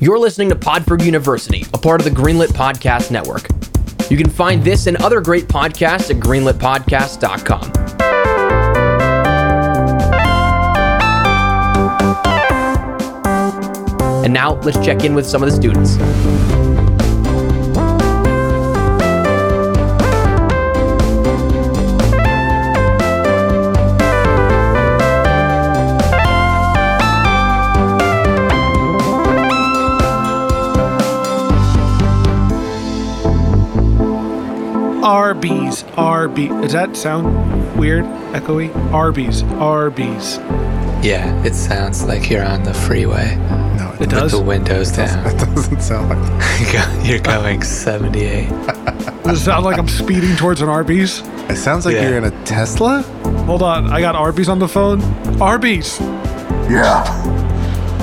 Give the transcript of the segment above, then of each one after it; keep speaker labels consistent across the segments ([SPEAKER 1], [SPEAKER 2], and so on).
[SPEAKER 1] You're listening to Podberg University, a part of the Greenlit Podcast Network. You can find this and other great podcasts at greenlitpodcast.com. And now let's check in with some of the students.
[SPEAKER 2] Arby's, Arby's. Does that sound weird? Echoey? Arby's, Arby's.
[SPEAKER 3] Yeah, it sounds like you're on the freeway
[SPEAKER 4] No, it,
[SPEAKER 2] It
[SPEAKER 3] with
[SPEAKER 2] does.
[SPEAKER 3] the windows down.
[SPEAKER 4] it doesn't sound like
[SPEAKER 3] you're going 78.
[SPEAKER 2] Does it sound like I'm speeding towards an Arby's?
[SPEAKER 4] It sounds like
[SPEAKER 3] Yeah.
[SPEAKER 4] you're in a Tesla?
[SPEAKER 2] Hold on, I got Arby's on the phone. Arby's,
[SPEAKER 5] Yeah.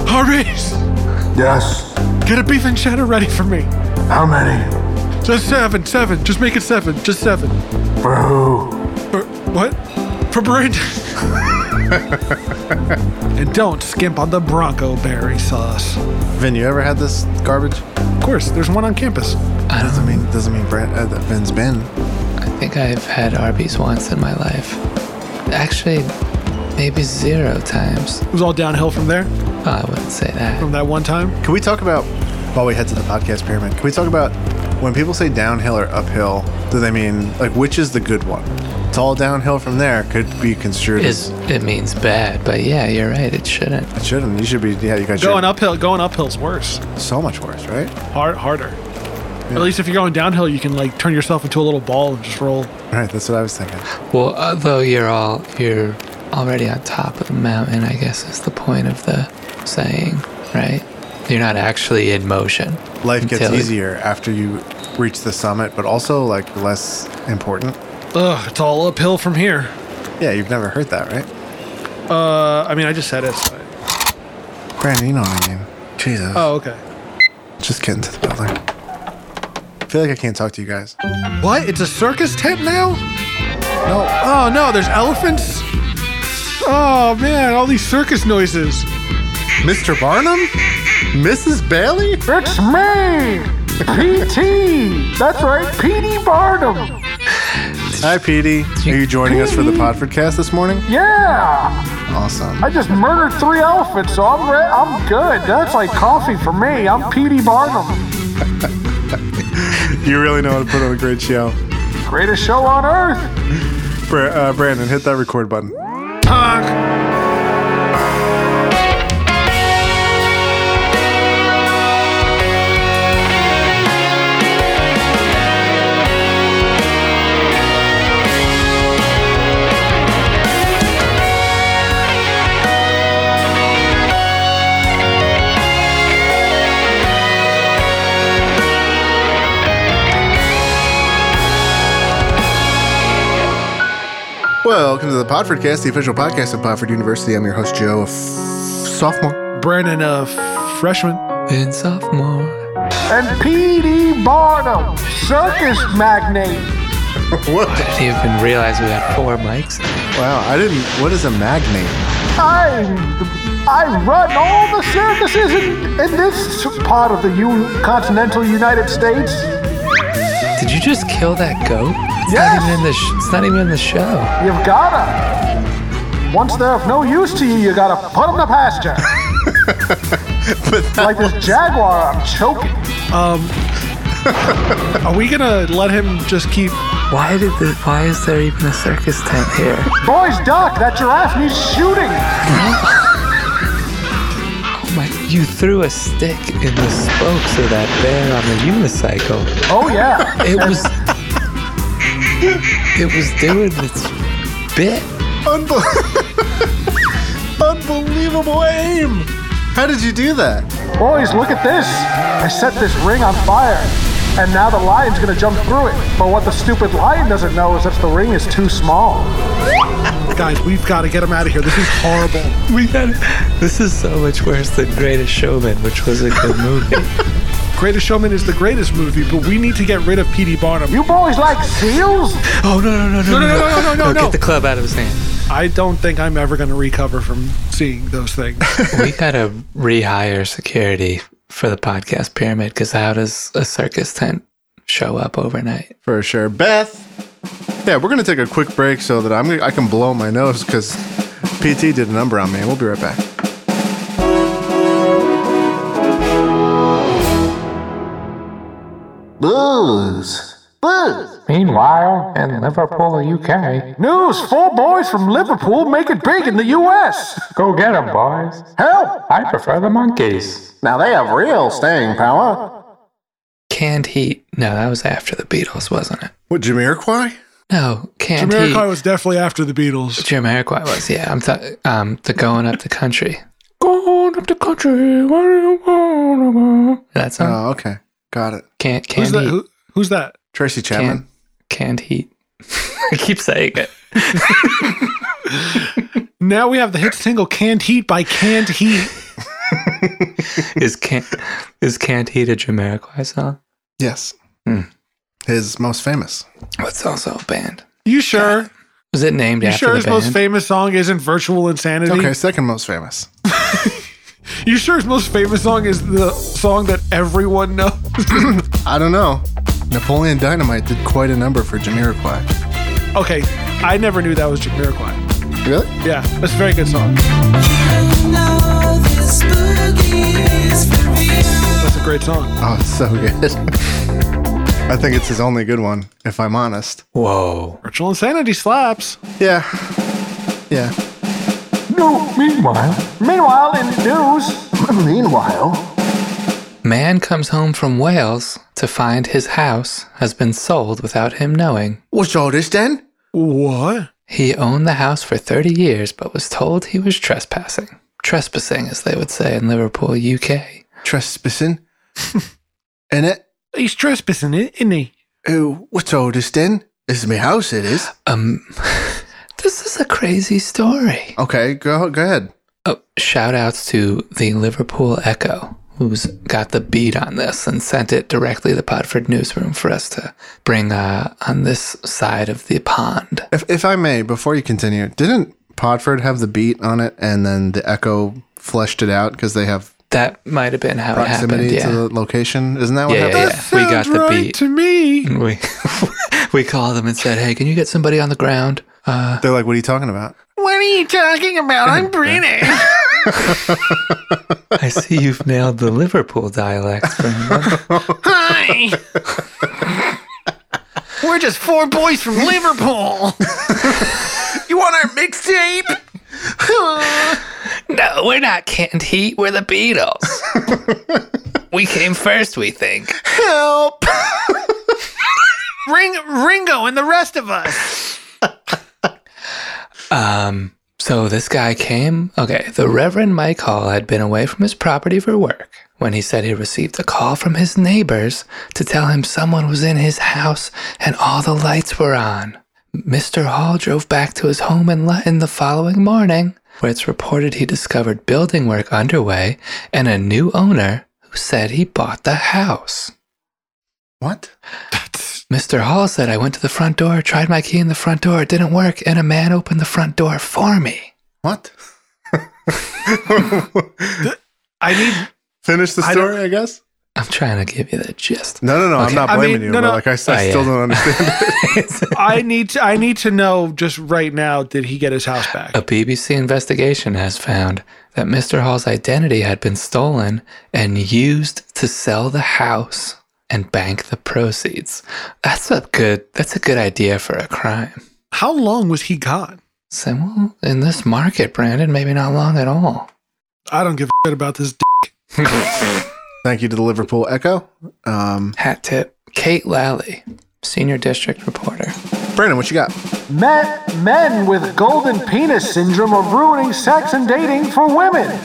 [SPEAKER 2] Arby's.
[SPEAKER 5] Yes.
[SPEAKER 2] Get a beef and cheddar ready for me.
[SPEAKER 5] How many?
[SPEAKER 2] Just seven, seven. Just make it seven. Just seven.
[SPEAKER 5] For who?
[SPEAKER 2] For, what? For Brandon. and don't skimp on the Bronco berry sauce.
[SPEAKER 4] Vin, you ever had this garbage?
[SPEAKER 2] Of course, there's one on campus.
[SPEAKER 4] Doesn't mean doesn't mean Brent uh, that Vin's been.
[SPEAKER 3] I think I've had Arby's once in my life. Actually, maybe zero times.
[SPEAKER 2] It was all downhill from there,
[SPEAKER 3] Oh, I wouldn't say that.
[SPEAKER 2] from that one time.
[SPEAKER 4] Can we talk about while we head to the podcast pyramid? Can we talk about when people say downhill or uphill? Do they mean like which is the good one? It's all downhill from there. Could be construed
[SPEAKER 3] Is
[SPEAKER 4] as
[SPEAKER 3] it means bad, but yeah, you're right. It shouldn't.
[SPEAKER 4] it shouldn't. You should be. Yeah, you guys
[SPEAKER 2] Going
[SPEAKER 4] should.
[SPEAKER 2] uphill, going uphill's worse.
[SPEAKER 4] So much worse, right?
[SPEAKER 2] hard, harder. At least if you're going downhill, you can like turn yourself into a little ball and just roll.
[SPEAKER 4] Right. That's what I was thinking.
[SPEAKER 3] Well, although you're all you're already on top of the mountain, I guess is the point of the saying, right? You're not actually in motion.
[SPEAKER 4] Life gets
[SPEAKER 3] until it-
[SPEAKER 4] easier after you reach the summit, but also like less important.
[SPEAKER 2] Ugh, it's all uphill from here.
[SPEAKER 4] Yeah, you've never heard that, right?
[SPEAKER 2] Uh, I mean, I just said it. so-
[SPEAKER 4] Brandon, you know what I mean. Jesus.
[SPEAKER 2] Oh, okay.
[SPEAKER 4] Just get into the building. I feel like I can't talk to you guys.
[SPEAKER 2] What? It's a circus tent now?
[SPEAKER 4] No.
[SPEAKER 2] Oh no, there's elephants. Oh man, all these circus noises.
[SPEAKER 4] Mr. Barnum? Mrs. Bailey?
[SPEAKER 5] It's me, PT. That's right, PD Barnum.
[SPEAKER 4] Hi, Petey. Are you joining us for the Podford cast this morning?
[SPEAKER 5] Yeah.
[SPEAKER 4] Awesome.
[SPEAKER 5] I just murdered three elephants, so I'm re- I'm good. That's like coffee for me. I'm PD Barnum.
[SPEAKER 4] You really know how to put on a great show.
[SPEAKER 5] Greatest show on earth.
[SPEAKER 4] Bra- uh, Brandon, hit that record button.
[SPEAKER 2] Honk.
[SPEAKER 4] Welcome to the Podford cast, the official podcast of Podford University. I'm your host, Joe, a f- sophomore.
[SPEAKER 2] Brandon, a freshman.
[SPEAKER 3] In sophomore.
[SPEAKER 5] And PD Barnum, circus magnate.
[SPEAKER 3] I
[SPEAKER 4] What?
[SPEAKER 3] didn't even realize we had four mics.
[SPEAKER 4] Wow, I didn't. What is a magnate?
[SPEAKER 5] I'm I run all the circuses in, in this part of the U- continental United States.
[SPEAKER 3] Did you just kill that goat? It's
[SPEAKER 5] Yes.
[SPEAKER 3] not even in the sh- it's not even in the show.
[SPEAKER 5] You've gotta. Once they're of no use to you, you gotta put them to pasture. like this jaguar, I'm choking.
[SPEAKER 2] Are we gonna let him just keep?
[SPEAKER 3] Why did the why is there even a circus tent here?
[SPEAKER 5] Boys, duck! That giraffe needs shooting.
[SPEAKER 3] Oh my you threw a stick in the spokes of that bear on the unicycle.
[SPEAKER 5] Oh yeah.
[SPEAKER 3] It was It was doing its bit.
[SPEAKER 4] Unbelievable aim! How did you do that?
[SPEAKER 5] Boys, look at this. I set this ring on fire, and now the lion's gonna jump through it. But what the stupid lion doesn't know is that the ring is too small.
[SPEAKER 2] Guys, we've got to get him out of here. This is horrible.
[SPEAKER 3] We got This is so much worse than Greatest Showman, which was a good movie.
[SPEAKER 2] Greatest Showman is the greatest movie, but we need to get rid of P.D. Barnum.
[SPEAKER 5] You boys like seals?
[SPEAKER 3] oh no no no no
[SPEAKER 2] No, no, no, no, no, no, no.
[SPEAKER 3] Get the club out of his hand.
[SPEAKER 2] I don't think I'm ever gonna recover from seeing those things.
[SPEAKER 3] We gotta rehire security for the podcast pyramid because how does a circus tent show up overnight?
[SPEAKER 4] for sure. Beth. Yeah, we're gonna take a quick break so that I'm I can blow my nose because PT did a number on me. We'll be right back.
[SPEAKER 5] Blues. Blues.
[SPEAKER 6] Meanwhile, in Liverpool, UK,
[SPEAKER 5] News four boys from Liverpool make it big in the US.
[SPEAKER 6] go get 'em, boys.
[SPEAKER 5] Help!
[SPEAKER 6] I prefer the monkeys.
[SPEAKER 5] Now they have real staying power.
[SPEAKER 3] Canned Heat. No, that was after the Beatles, wasn't it?
[SPEAKER 4] What Jamiroquai?
[SPEAKER 3] No, Canned
[SPEAKER 2] Jamiroquai
[SPEAKER 3] Heat.
[SPEAKER 2] was definitely after the Beatles.
[SPEAKER 3] Jamiroquai was, yeah. I'm th- um, the going up the country. Going up the country. What do you want to That's not
[SPEAKER 4] Oh, okay, got it.
[SPEAKER 3] can't canned
[SPEAKER 2] Who's that?
[SPEAKER 3] heat.
[SPEAKER 2] Who, who's that?
[SPEAKER 4] Tracy Chapman.
[SPEAKER 3] Can't, canned heat. I keep saying it.
[SPEAKER 2] Now we have the hit single "Canned Heat" by Canned Heat.
[SPEAKER 3] Is can is canned heat a Jamiroquai song?
[SPEAKER 4] Yes,
[SPEAKER 3] Hmm.
[SPEAKER 4] his most famous.
[SPEAKER 3] It's also a band.
[SPEAKER 2] You sure?
[SPEAKER 3] Was it named
[SPEAKER 2] You
[SPEAKER 3] after
[SPEAKER 2] sure
[SPEAKER 3] the
[SPEAKER 2] his
[SPEAKER 3] band?
[SPEAKER 2] most famous song isn't "Virtual Insanity"?
[SPEAKER 4] Okay, second most famous.
[SPEAKER 2] You sure his most famous song is the song that everyone knows?
[SPEAKER 4] I don't know. Napoleon Dynamite did quite a number for Jamiroquai.
[SPEAKER 2] Okay, I never knew that was Jamiroquai.
[SPEAKER 4] Really?
[SPEAKER 2] Yeah, that's a very good song.
[SPEAKER 7] Now this boogie is for real.
[SPEAKER 2] That's a great song.
[SPEAKER 4] Oh, it's so good. I think it's his only good one, if I'm honest.
[SPEAKER 3] Whoa.
[SPEAKER 2] Virtual Insanity slaps.
[SPEAKER 4] Yeah, yeah.
[SPEAKER 6] No, meanwhile,
[SPEAKER 5] Meanwhile, in news. Meanwhile.
[SPEAKER 3] Man comes home from Wales to find his house has been sold without him knowing.
[SPEAKER 4] What's all this then?
[SPEAKER 2] What?
[SPEAKER 3] He owned the house for 30 years but was told he was trespassing. Trespassing, as they would say in Liverpool, UK.
[SPEAKER 4] Trespassing. In it.
[SPEAKER 2] He's trespassing, isn't he?
[SPEAKER 4] Oh, what's all this then? This is my house. It is.
[SPEAKER 3] Um, this is a crazy story.
[SPEAKER 4] Okay, go go ahead.
[SPEAKER 3] Oh, shout outs to the Liverpool Echo, who's got the beat on this and sent it directly to the Podford newsroom for us to bring uh, on this side of the pond.
[SPEAKER 4] If if I may, before you continue, didn't Podford have the beat on it, and then the Echo fleshed it out because they have
[SPEAKER 3] That might have been how
[SPEAKER 4] proximity
[SPEAKER 3] it happened. Yeah.
[SPEAKER 4] to the location? Isn't that what
[SPEAKER 3] Yeah, yeah,
[SPEAKER 4] happened?
[SPEAKER 3] yeah. We got
[SPEAKER 2] Sounds
[SPEAKER 3] the
[SPEAKER 2] right
[SPEAKER 3] beat.
[SPEAKER 2] to me.
[SPEAKER 3] And we we called them and said, "Hey, can you get somebody on the ground?" Uh,
[SPEAKER 4] They're like, "What are you talking about?"
[SPEAKER 2] What are you talking about? I'm British.
[SPEAKER 3] I see you've nailed the Liverpool dialect. Springbok.
[SPEAKER 2] Hi. We're just four boys from Liverpool. you want our mixtape?
[SPEAKER 3] no, we're not canned heat. We're the Beatles. we came first, we think.
[SPEAKER 2] Help! Ring Ringo and the rest of us.
[SPEAKER 3] Um, so this guy came. Okay, the Reverend Mike Hall had been away from his property for work when he said he received a call from his neighbors to tell him someone was in his house and all the lights were on. Mr. Hall drove back to his home in London the following morning, where it's reported he discovered building work underway and a new owner who said he bought the house.
[SPEAKER 4] What?
[SPEAKER 3] Mr. Hall said, I went to the front door, tried my key in the front door, it didn't work, and a man opened the front door for me.
[SPEAKER 4] What?
[SPEAKER 2] I need.
[SPEAKER 4] Finish the
[SPEAKER 2] I
[SPEAKER 4] story, I, guess.
[SPEAKER 3] I'm trying to give you the gist.
[SPEAKER 4] No, no, no. I'm
[SPEAKER 3] Okay.
[SPEAKER 4] not
[SPEAKER 2] I
[SPEAKER 4] blaming
[SPEAKER 2] mean,
[SPEAKER 4] you,
[SPEAKER 2] no,
[SPEAKER 4] but
[SPEAKER 2] no.
[SPEAKER 4] like I, s- I
[SPEAKER 3] Oh,
[SPEAKER 4] still
[SPEAKER 3] yeah.
[SPEAKER 4] don't understand. it.
[SPEAKER 2] I need. To, I need to know just right now. Did he get his house back?
[SPEAKER 3] A BBC investigation has found that Mr. Hall's identity had been stolen and used to sell the house and bank the proceeds. That's a good that's a good idea for a crime.
[SPEAKER 2] How long was he gone?
[SPEAKER 3] So well, in this market, Brandon, maybe not long at all.
[SPEAKER 2] I don't give a shit about this. D-
[SPEAKER 4] Thank you to the Liverpool Echo. Um,
[SPEAKER 3] Hat tip. Kate Lally, senior district reporter.
[SPEAKER 4] Brandon, what you got?
[SPEAKER 5] Men, men with golden penis syndrome are ruining sex and dating for women.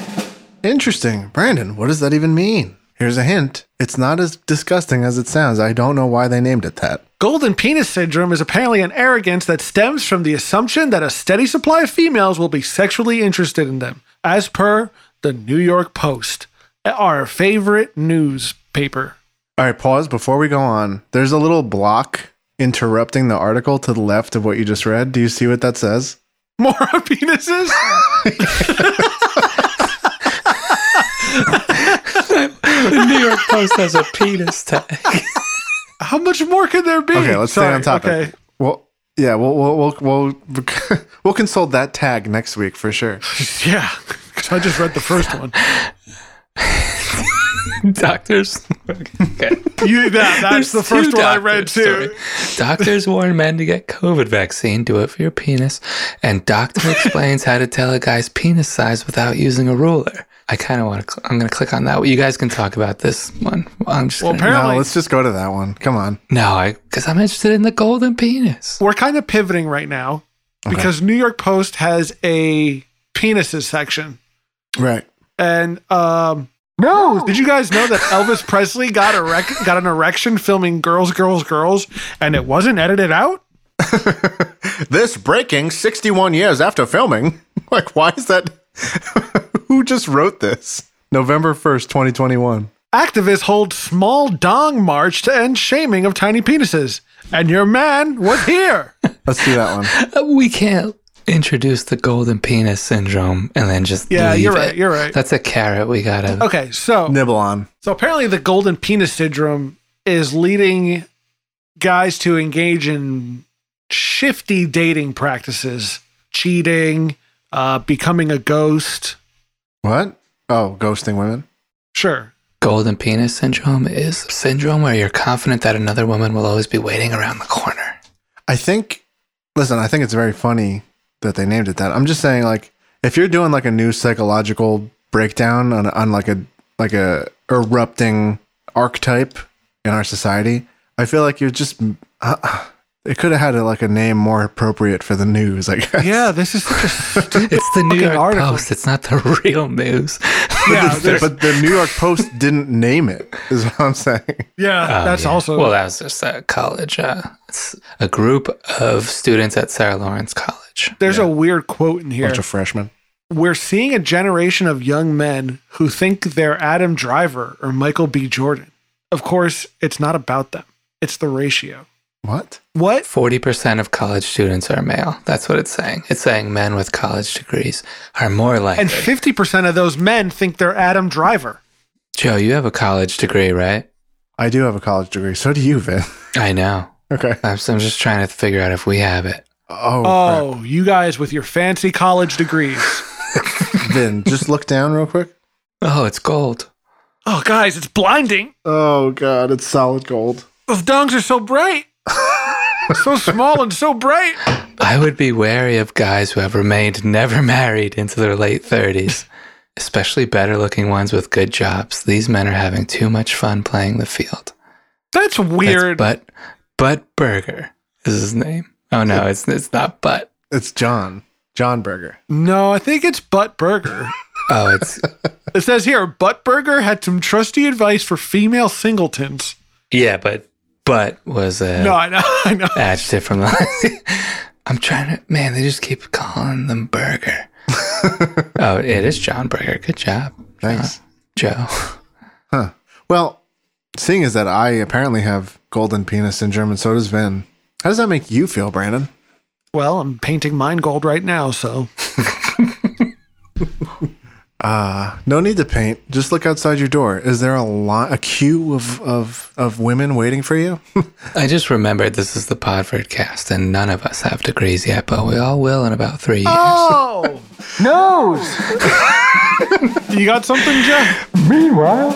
[SPEAKER 4] Interesting. Brandon, what does that even mean? Here's a hint. It's not as disgusting as it sounds. I don't know why they named it that.
[SPEAKER 2] Golden penis syndrome is apparently an arrogance that stems from the assumption that a steady supply of females will be sexually interested in them, as per the New York Post, our favorite newspaper.
[SPEAKER 4] All right, pause before we go on. There's a little block interrupting the article to the left of what you just read. Do you see what that says?
[SPEAKER 2] More penises?
[SPEAKER 3] The York Post has a penis tag.
[SPEAKER 2] How much more could there be?
[SPEAKER 4] Okay, let's stay
[SPEAKER 2] Sorry,
[SPEAKER 4] on topic.
[SPEAKER 2] Okay.
[SPEAKER 4] Well, yeah, we'll we'll we'll we'll, we'll consult that tag next week for sure.
[SPEAKER 2] Yeah, 'cause I just read the first one.
[SPEAKER 3] Doctors. Okay.
[SPEAKER 2] You, yeah, that's
[SPEAKER 3] There's
[SPEAKER 2] the first
[SPEAKER 3] two
[SPEAKER 2] one I
[SPEAKER 3] doctors,
[SPEAKER 2] read too.
[SPEAKER 3] sorry. Doctors warn men to get COVID vaccine. Do it for your penis. And doctor explains how to tell a guy's penis size without using a ruler. I kind of want to. Cl- I'm going to click on that. You guys can talk about this one. I'm just.
[SPEAKER 2] Well,
[SPEAKER 3] gonna,
[SPEAKER 2] apparently,
[SPEAKER 4] No, let's just go to that one. Come on.
[SPEAKER 3] no, I because I'm interested in the golden penis.
[SPEAKER 2] we're kind of pivoting right now because New York Post has a penises section.
[SPEAKER 4] Right.
[SPEAKER 2] And um,
[SPEAKER 8] No,
[SPEAKER 2] did you guys know that Elvis Presley got erec- got an erection filming "Girls, Girls, Girls" and it wasn't edited out?
[SPEAKER 4] This breaking 61 years after filming. Like, why is that? Who just wrote this? November 1st, 2021.
[SPEAKER 2] Activists hold small dong march to end shaming of tiny penises, and your man was here.
[SPEAKER 4] Let's do that one.
[SPEAKER 3] Uh, We can't introduce the golden penis syndrome and then just
[SPEAKER 2] Yeah,
[SPEAKER 3] leave
[SPEAKER 2] you're
[SPEAKER 3] it.
[SPEAKER 2] right, you're right.
[SPEAKER 3] That's a carrot we gotta.
[SPEAKER 2] Okay, so
[SPEAKER 4] Nibble on.
[SPEAKER 2] So apparently, the golden penis syndrome is leading guys to engage in shifty dating practices, cheating, uh, becoming a ghost.
[SPEAKER 4] What? Oh, ghosting women.
[SPEAKER 2] Sure.
[SPEAKER 3] Golden penis syndrome is a syndrome where you're confident that another woman will always be waiting around the corner.
[SPEAKER 4] I think, listen, I think it's very funny that they named it that. I'm just saying, like, if you're doing like a new psychological breakdown on, on like a, like a erupting archetype in our society, I feel like you're just, uh, it could have had a, like a name more appropriate for the news, I guess.
[SPEAKER 2] Yeah, this is such a stupid
[SPEAKER 3] It's the New
[SPEAKER 2] fucking
[SPEAKER 3] York
[SPEAKER 2] article.
[SPEAKER 3] Post. It's not the real news.
[SPEAKER 2] Yeah, this-
[SPEAKER 4] but the New York Post didn't name it, is what I'm saying.
[SPEAKER 2] yeah, that's also
[SPEAKER 3] well, that was just a college. Uh, it's a group of students at Sarah Lawrence College.
[SPEAKER 2] there's a weird quote in here.
[SPEAKER 4] Bunch of freshmen.
[SPEAKER 2] We're seeing a generation of young men who think they're Adam Driver or Michael B. Jordan. Of course, it's not about them. It's the ratio.
[SPEAKER 4] What?
[SPEAKER 2] What?
[SPEAKER 3] Forty percent of college students are male. That's what it's saying. It's saying men with college degrees are more likely.
[SPEAKER 2] And 50% of those men think they're Adam Driver.
[SPEAKER 3] Joe, you have a college degree, right?
[SPEAKER 4] I do have a college degree. So do you, Vin.
[SPEAKER 3] I know.
[SPEAKER 4] Okay.
[SPEAKER 3] I'm, I'm just trying to figure out if we have it.
[SPEAKER 4] Oh,
[SPEAKER 2] Oh, you guys with your fancy college degrees.
[SPEAKER 4] crap. Vin, just look down real quick.
[SPEAKER 3] Oh, it's gold.
[SPEAKER 2] oh, guys, it's blinding.
[SPEAKER 4] Oh, God. It's solid gold.
[SPEAKER 2] Those dongs are so bright. so small and so bright.
[SPEAKER 3] I would be wary of guys who have remained never married into their late 30s, especially better looking ones with good jobs. These men are having too much fun playing the field.
[SPEAKER 2] That's
[SPEAKER 3] That's
[SPEAKER 2] weird.
[SPEAKER 3] But But Burger is his name. Oh no, it's it's not But.
[SPEAKER 4] It's John. John Berger.
[SPEAKER 2] no, I think it's Butt Burger.
[SPEAKER 3] Oh, it's
[SPEAKER 2] it says here Butt Burger had some trusty advice for female singletons.
[SPEAKER 3] yeah, but But was a
[SPEAKER 2] No, I know. I know.
[SPEAKER 3] adjective from the. I'm trying to man. They just keep calling them Burger. oh, it is John Burger. Good job,
[SPEAKER 4] Thanks.
[SPEAKER 3] Joe.
[SPEAKER 4] Well, seeing as that I apparently have golden penis syndrome and so does Vin, how does that make you feel, Brandon?
[SPEAKER 2] Well, I'm painting mine gold right now, so.
[SPEAKER 4] No need to paint. Just look outside your door. Is there a line, a queue of, of, of women waiting for you?
[SPEAKER 3] I just remembered this is the Podford cast, and none of us have degrees yet, but we all will in about three years.
[SPEAKER 2] Oh!
[SPEAKER 8] nose.
[SPEAKER 2] you got something, Jeff?
[SPEAKER 6] Meanwhile,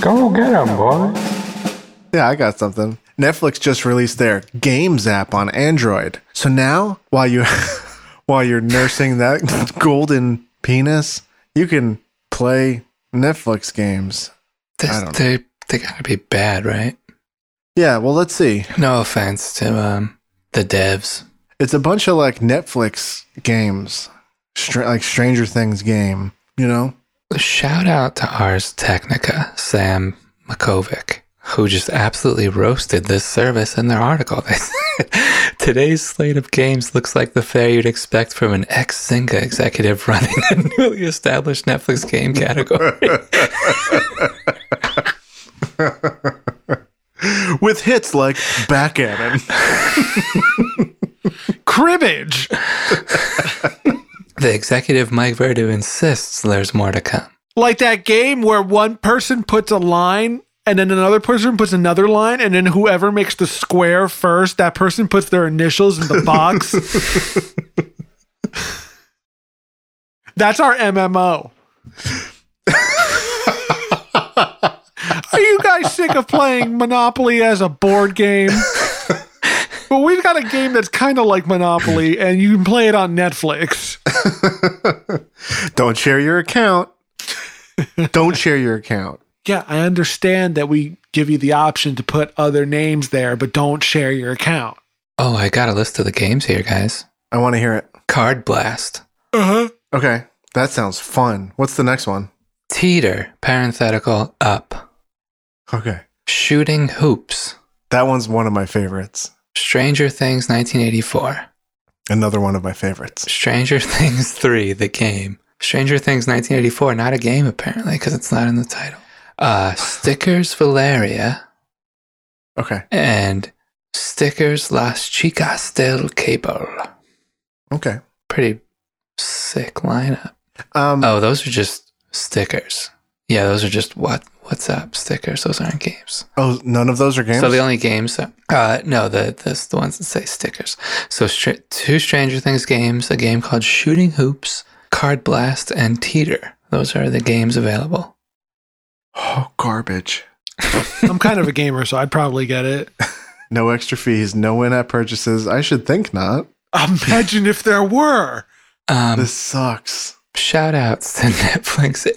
[SPEAKER 6] go get 'em, boys.
[SPEAKER 4] Yeah, I got something. Netflix just released their Games app on Android. So now, while you while you're nursing that golden penis, you can play Netflix games.
[SPEAKER 3] This-
[SPEAKER 4] don't
[SPEAKER 3] they they gotta be bad, right?
[SPEAKER 4] Yeah, well, let's see.
[SPEAKER 3] No offense to um the devs.
[SPEAKER 4] It's a bunch of like Netflix games, Str- like Stranger Things game, you know?
[SPEAKER 3] Shout out to Ars Technica, Sam Makovic, who just absolutely roasted this service in their article. They said, Today's slate of games looks like the fare you'd expect from an ex Zynga executive running a newly established Netflix game category.
[SPEAKER 4] With hits like Back at It.
[SPEAKER 2] Cribbage.
[SPEAKER 3] the executive Mike Verdu insists there's more to come.
[SPEAKER 2] Like that game where one person puts a line and then another person puts another line, and then whoever makes the square first, that person puts their initials in the box. That's our MMO. Are you guys sick of playing Monopoly as a board game? But we've got a game that's kind of like Monopoly, and you can play it on Netflix.
[SPEAKER 4] Don't share your account. Don't share your account.
[SPEAKER 2] Yeah, I understand that we give you the option to put other names there, but don't share your account.
[SPEAKER 3] Oh, I got a list of the games here, guys.
[SPEAKER 4] I want to hear it.
[SPEAKER 3] Card Blast,
[SPEAKER 4] Okay, that sounds fun. What's the next one?
[SPEAKER 3] Teeter, parenthetical, up.
[SPEAKER 4] Okay,
[SPEAKER 3] Shooting Hoops,
[SPEAKER 4] that one's one of my favorites.
[SPEAKER 3] Stranger Things 1984,
[SPEAKER 4] Another one of my favorites.
[SPEAKER 3] Stranger Things 3, the game. Stranger Things 1984, not a game apparently, because it's not in the title. Uh, Stickers Valeria
[SPEAKER 4] Okay,
[SPEAKER 3] and Stickers Las Chicas del Cable.
[SPEAKER 4] okay.
[SPEAKER 3] Pretty sick lineup.
[SPEAKER 4] Um,
[SPEAKER 3] Oh, those are just stickers. Yeah, those are just what what's up stickers. Those aren't games.
[SPEAKER 4] oh, none of those are games.
[SPEAKER 3] So the only games, that, uh, no, the this the ones that say stickers. So str- two Stranger Things games, a game called Shooting Hoops, Card Blast, and Teeter. Those are the games available.
[SPEAKER 4] oh, garbage.
[SPEAKER 2] I'm kind of a gamer, so I'd probably get it.
[SPEAKER 4] No extra fees. No in-app purchases. I should think not.
[SPEAKER 2] Imagine if there were.
[SPEAKER 3] Um,
[SPEAKER 4] This sucks.
[SPEAKER 3] shout outs to Netflix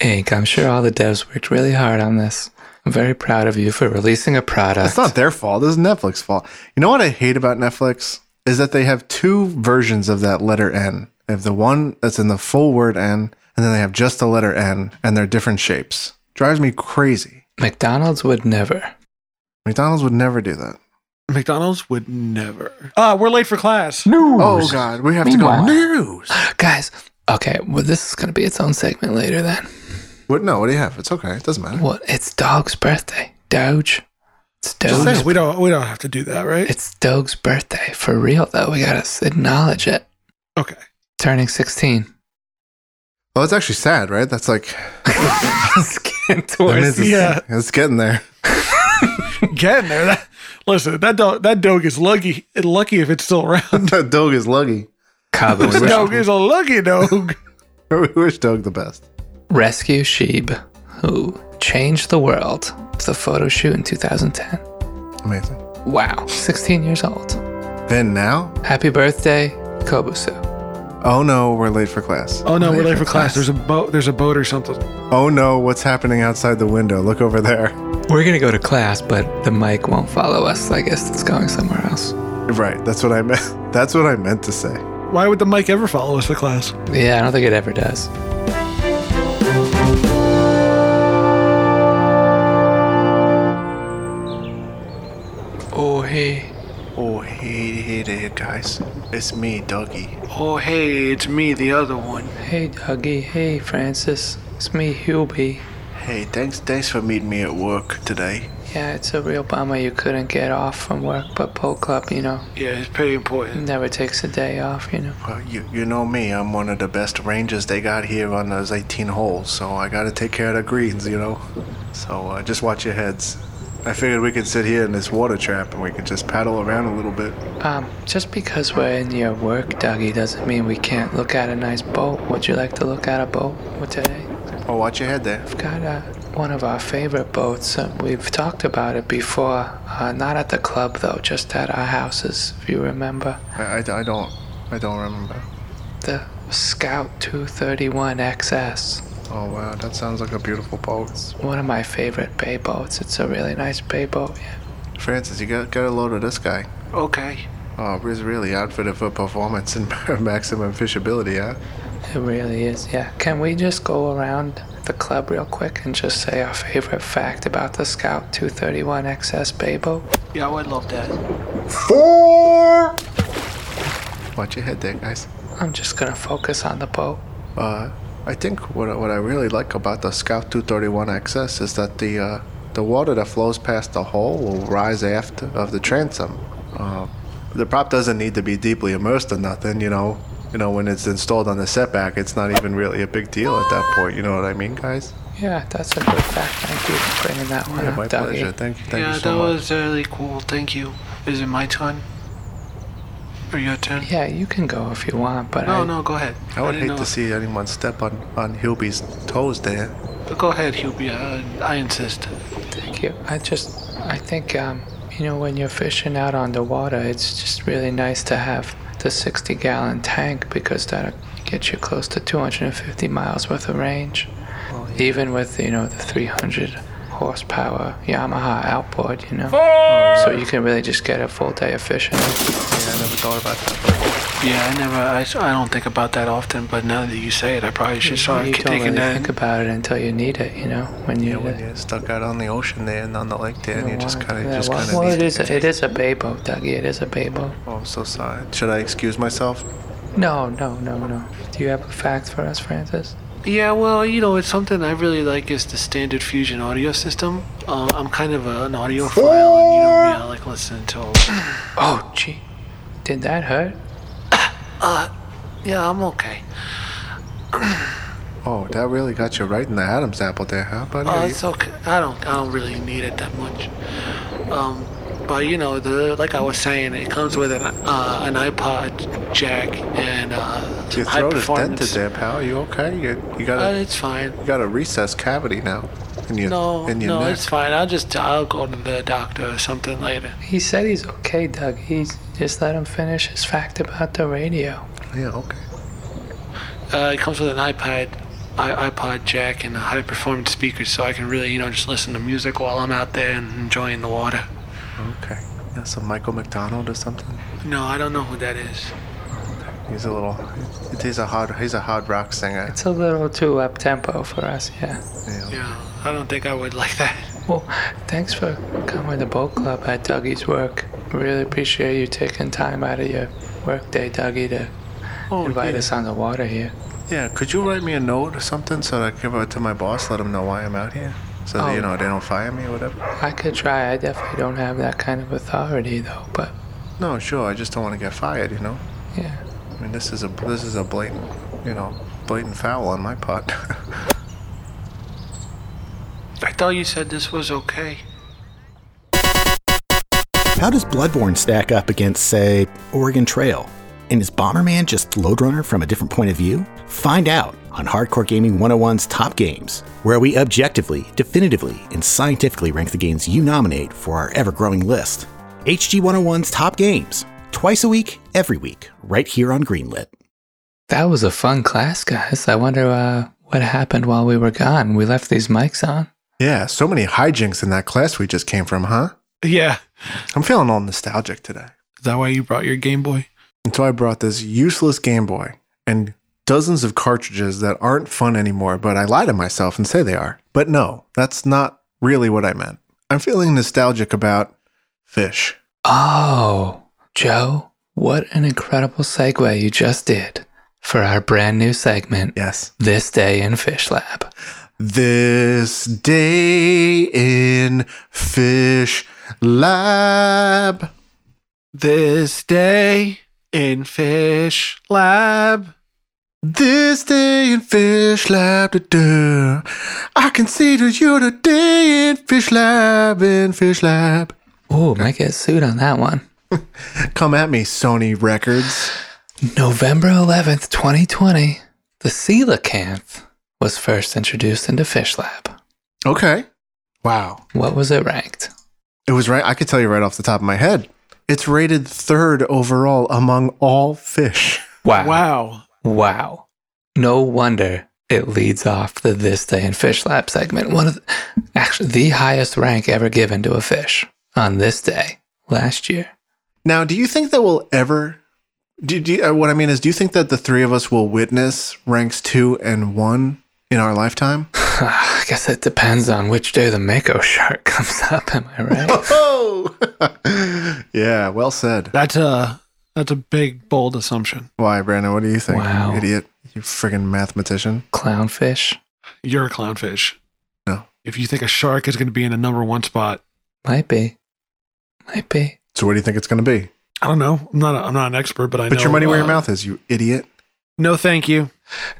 [SPEAKER 3] Inc. I'm sure all the devs worked really hard on this. I'm very proud of you for releasing a product.
[SPEAKER 4] It's not their fault. This is Netflix's fault. You know what I hate about Netflix is that they have two versions of that letter N. They have the one that's in the full word N, and then they have just the letter N, and they're different shapes. Drives me crazy.
[SPEAKER 3] McDonald's would never.
[SPEAKER 4] McDonald's would never do that.
[SPEAKER 2] McDonald's would never. Uh, we're late for class.
[SPEAKER 6] News.
[SPEAKER 4] Oh God, we have to go
[SPEAKER 6] Meanwhile.
[SPEAKER 4] news.
[SPEAKER 3] Guys, okay, well, this is going to be its own segment later then.
[SPEAKER 4] What? No, what do you have? It's okay. It doesn't matter.
[SPEAKER 3] Well, it's Dog's birthday. Doge. It's Doge.
[SPEAKER 2] we don't. We don't have to do that, right?
[SPEAKER 3] It's Doge's birthday. For real, though. We got to acknowledge it.
[SPEAKER 2] Okay.
[SPEAKER 3] Turning 16.
[SPEAKER 4] Well, it's actually sad, right? Oh, That's like
[SPEAKER 3] Let's get
[SPEAKER 4] I mean,
[SPEAKER 3] towards
[SPEAKER 4] it's,
[SPEAKER 3] the-
[SPEAKER 2] Yeah.
[SPEAKER 4] it's getting there.
[SPEAKER 2] Getting there. That, listen, that dog. That dog is lucky. Lucky if it's still around.
[SPEAKER 4] that dog is luggy.
[SPEAKER 3] Cabo.
[SPEAKER 2] This dog is a lucky dog.
[SPEAKER 4] We wish dog the best.
[SPEAKER 3] Rescue Sheeb, who changed the world. It's a photo shoot in 2010.
[SPEAKER 4] Amazing.
[SPEAKER 3] Wow. 16 years old.
[SPEAKER 4] Then now?
[SPEAKER 3] Happy birthday, Kobusu.
[SPEAKER 4] Oh no, we're late for class.
[SPEAKER 2] Oh no, we're late for class. There's a boat. There's a boat or something.
[SPEAKER 4] Oh no, what's happening outside the window? Look over there.
[SPEAKER 3] We're going to go to class, but the mic won't follow us. I guess it's going somewhere else.
[SPEAKER 4] Right, that's what I meant. That's what I meant to say.
[SPEAKER 2] Why would the mic ever follow us to class?
[SPEAKER 3] Yeah, I don't think it ever does. Oh hey,
[SPEAKER 4] Oh hey, hey there, guys. It's me, Dougie.
[SPEAKER 2] Oh hey, it's me, the other one.
[SPEAKER 3] hey Dougie, hey Francis, it's me Hubie.
[SPEAKER 4] Hey, thanks, thanks for meeting me at work today.
[SPEAKER 3] Yeah, it's a real bummer you couldn't get off from work, but Pole Club, you know,
[SPEAKER 2] Yeah, it's pretty important.
[SPEAKER 3] never takes a day off, you know.
[SPEAKER 4] Well, Uh, you you know me. I'm one of the best rangers they got here on those 18 holes, so I got to take care of the greens, you know. So uh, just watch your heads. I figured we could sit here in this water trap and we could just paddle around a little bit.
[SPEAKER 3] Um, just because we're in your work, Dougie, doesn't mean we can't look at a nice boat. Would you like to look at a boat today?
[SPEAKER 4] Oh, watch your head there.
[SPEAKER 3] got uh, one of our favorite boats. Uh, we've talked about it before. Uh, not at the club, though, just at our houses, if you remember.
[SPEAKER 4] I, I, I don't I don't remember.
[SPEAKER 3] The Scout 231XS.
[SPEAKER 4] Oh wow, that sounds like a beautiful boat.
[SPEAKER 3] One of my favorite bay boats. It's a really nice bay boat. Yeah.
[SPEAKER 4] Francis, you got got a load of this guy.
[SPEAKER 2] Okay.
[SPEAKER 4] Oh, he's really outfitted for performance and maximum fishability, huh?
[SPEAKER 3] It really is, yeah. Can we just go around the club real quick and just say our favorite fact about the Scout 231XS bay boat?
[SPEAKER 2] Yeah, I would love that.
[SPEAKER 4] Watch your head there, guys.
[SPEAKER 3] I'm just gonna focus on the boat.
[SPEAKER 4] Uh, I think what what I really like about the Scout 231 XS is that the uh, the water that flows past the hull will rise aft of the transom. Uh, the prop doesn't need to be deeply immersed or nothing, you know. you know, when it's installed on the setback, it's not even really a big deal at that point. You know what I mean, guys?
[SPEAKER 3] Yeah, that's a good fact. Thank you for bringing that one up,
[SPEAKER 4] My
[SPEAKER 3] Dougie.
[SPEAKER 4] pleasure. Thank you. Thank
[SPEAKER 2] yeah,
[SPEAKER 4] you so
[SPEAKER 2] that
[SPEAKER 4] much.
[SPEAKER 2] was really cool. Thank you. Is it my turn? Or your turn?
[SPEAKER 3] Yeah, you can go if you want, but
[SPEAKER 2] No,
[SPEAKER 3] I,
[SPEAKER 2] no, go ahead.
[SPEAKER 4] I would
[SPEAKER 2] didn't
[SPEAKER 4] hate
[SPEAKER 2] know.
[SPEAKER 4] to see anyone step on on Hilby's toes there.
[SPEAKER 2] But go ahead, Hubie. Uh, I insist.
[SPEAKER 3] Thank you. I just, I think, um, you know, when you're fishing out on the water, it's just really nice to have the 60 gallon tank because that'll get you close to 250 miles worth of range. Even with, you know, the 300 horsepower Yamaha outboard, you know. So you can really just get a full day of fishing.
[SPEAKER 2] Yeah, I never. I, s- I don't think about that often. But now that you say it, I probably should start
[SPEAKER 3] you
[SPEAKER 2] k-
[SPEAKER 3] don't
[SPEAKER 2] taking
[SPEAKER 3] really
[SPEAKER 2] that.
[SPEAKER 3] think about it until you need it, you know, when you.
[SPEAKER 4] When you're stuck out on the ocean there and on the lake there, and you just kind of
[SPEAKER 3] Yeah,
[SPEAKER 4] just
[SPEAKER 3] well,
[SPEAKER 4] kind
[SPEAKER 3] well,
[SPEAKER 4] of.
[SPEAKER 3] it is. A, it is a bay boat, Dougie. It is a bay boat.
[SPEAKER 4] Oh, I'm so sorry. Should I excuse myself?
[SPEAKER 3] No, no, no, no. Do you have a fact for us, Francis?
[SPEAKER 2] Yeah, well, you know, it's something I really like is the standard Fusion audio system. Um, I'm kind of a, an audiophile, and you know me, I like listening to.
[SPEAKER 3] Oh, gee. Did that hurt?
[SPEAKER 2] Yeah, I'm okay.
[SPEAKER 4] Oh, that really got you right in the Adam's apple there, huh, buddy?
[SPEAKER 2] Oh, it's okay. I don't. I don't really need it that much. Um, but you know, the like I was saying, it comes with an uh, an iPod jack and uh,
[SPEAKER 4] Your
[SPEAKER 2] high
[SPEAKER 4] throat is dented
[SPEAKER 2] performance.
[SPEAKER 4] there, pal. You okay? You, you got
[SPEAKER 2] Uh,
[SPEAKER 4] a
[SPEAKER 2] it's fine.
[SPEAKER 4] you got a recessed cavity now in your
[SPEAKER 2] No,
[SPEAKER 4] in your
[SPEAKER 2] no,
[SPEAKER 4] neck.
[SPEAKER 2] it's fine. I'll just I'll go to the doctor or something later.
[SPEAKER 3] He said he's okay, Doug. He's just let him finish his fact about the radio.
[SPEAKER 4] Yeah, okay.
[SPEAKER 2] Uh, it comes with an iPad, i- iPod jack, and a high-performance speaker, so I can really, you know, just listen to music while I'm out there and enjoying the water.
[SPEAKER 4] Okay. That's some Michael McDonald or something.
[SPEAKER 2] No, I don't know who that is.
[SPEAKER 4] He's a little. He's a hard. He's a hard rock singer.
[SPEAKER 3] It's a little too up tempo for us, yeah.
[SPEAKER 2] Yeah, I don't think I would like that.
[SPEAKER 3] Well, thanks for coming to Boat Club at Dougie's work. Really appreciate you taking time out of your workday, Dougie, to invite us on the water here.
[SPEAKER 4] Yeah. Could you write me a note or something so that I give it to my boss? Let him know why I'm out here. So that, you know they don't fire me or whatever.
[SPEAKER 3] I could try. I definitely don't have that kind of authority, though, but
[SPEAKER 4] No, sure. I just don't want to get fired. You know.
[SPEAKER 3] yeah.
[SPEAKER 4] I mean, this is a this is a blatant, you know, blatant foul on my part.
[SPEAKER 2] I thought you said this was okay.
[SPEAKER 6] How does Bloodborne stack up against, say, Oregon Trail? And is Bomberman just Loadrunner from a different point of view? Find out on Hardcore Gaming 101's Top Games, where we objectively, definitively, and scientifically rank the games you nominate for our ever growing list. HG 101's Top Games, twice a week, every week, right here on Greenlit.
[SPEAKER 3] That was a fun class, guys. I wonder uh, what happened while we were gone. We left these mics on.
[SPEAKER 4] yeah, so many hijinks in that class we just came from, huh?
[SPEAKER 9] Yeah.
[SPEAKER 4] I'm feeling all nostalgic today.
[SPEAKER 9] Is that why you brought your Game Boy?
[SPEAKER 4] And so I brought this useless Game Boy and dozens of cartridges that aren't fun anymore, but I lie to myself and say they are. But no, that's not really what I meant. I'm feeling nostalgic about fish.
[SPEAKER 3] Oh, Joe, what an incredible segue you just did for our brand new segment,
[SPEAKER 4] Yes.
[SPEAKER 3] This Day in Fish Lab.
[SPEAKER 4] This day in fish lab.
[SPEAKER 9] This day in Fish Lab.
[SPEAKER 4] This day in Fish Lab, da, da. I consider you the day in Fish Lab, in Fish Lab.
[SPEAKER 3] Ooh, might get sued on that one.
[SPEAKER 4] Come at me, Sony Records.
[SPEAKER 3] November 11th, 2020, the coelacanth was first introduced into Fish Lab.
[SPEAKER 4] Okay. Wow.
[SPEAKER 3] What was it ranked?
[SPEAKER 4] It was right. I could tell you right off the top of my head. It's rated third overall among all fish.
[SPEAKER 3] Wow.
[SPEAKER 9] Wow.
[SPEAKER 3] Wow. No wonder it leads off the This Day in Fish Lab segment. One of the, actually the highest rank ever given to a fish on this day last year.
[SPEAKER 4] Now, do you think that we'll ever? Do, do uh, what I mean is, do you think that the three of us will witness ranks two and one in our lifetime?
[SPEAKER 3] I guess it depends on which day the Mako shark comes up, am I right?
[SPEAKER 4] Oh, yeah. Well said.
[SPEAKER 9] That's a that's a big bold assumption.
[SPEAKER 4] Why, Brandon? What do you think? you
[SPEAKER 3] Wow.
[SPEAKER 4] idiot. You friggin' mathematician.
[SPEAKER 3] Clownfish
[SPEAKER 9] You're a clownfish.
[SPEAKER 4] No.
[SPEAKER 9] If you think a shark is going to be in the number one spot,
[SPEAKER 3] might be. Might be.
[SPEAKER 4] So, what do you think it's going to be?
[SPEAKER 9] I don't know. I'm not. A, I'm not an expert, but I.
[SPEAKER 4] Put
[SPEAKER 9] know,
[SPEAKER 4] your money where your
[SPEAKER 9] uh,
[SPEAKER 4] mouth is, you idiot.
[SPEAKER 9] No, thank you.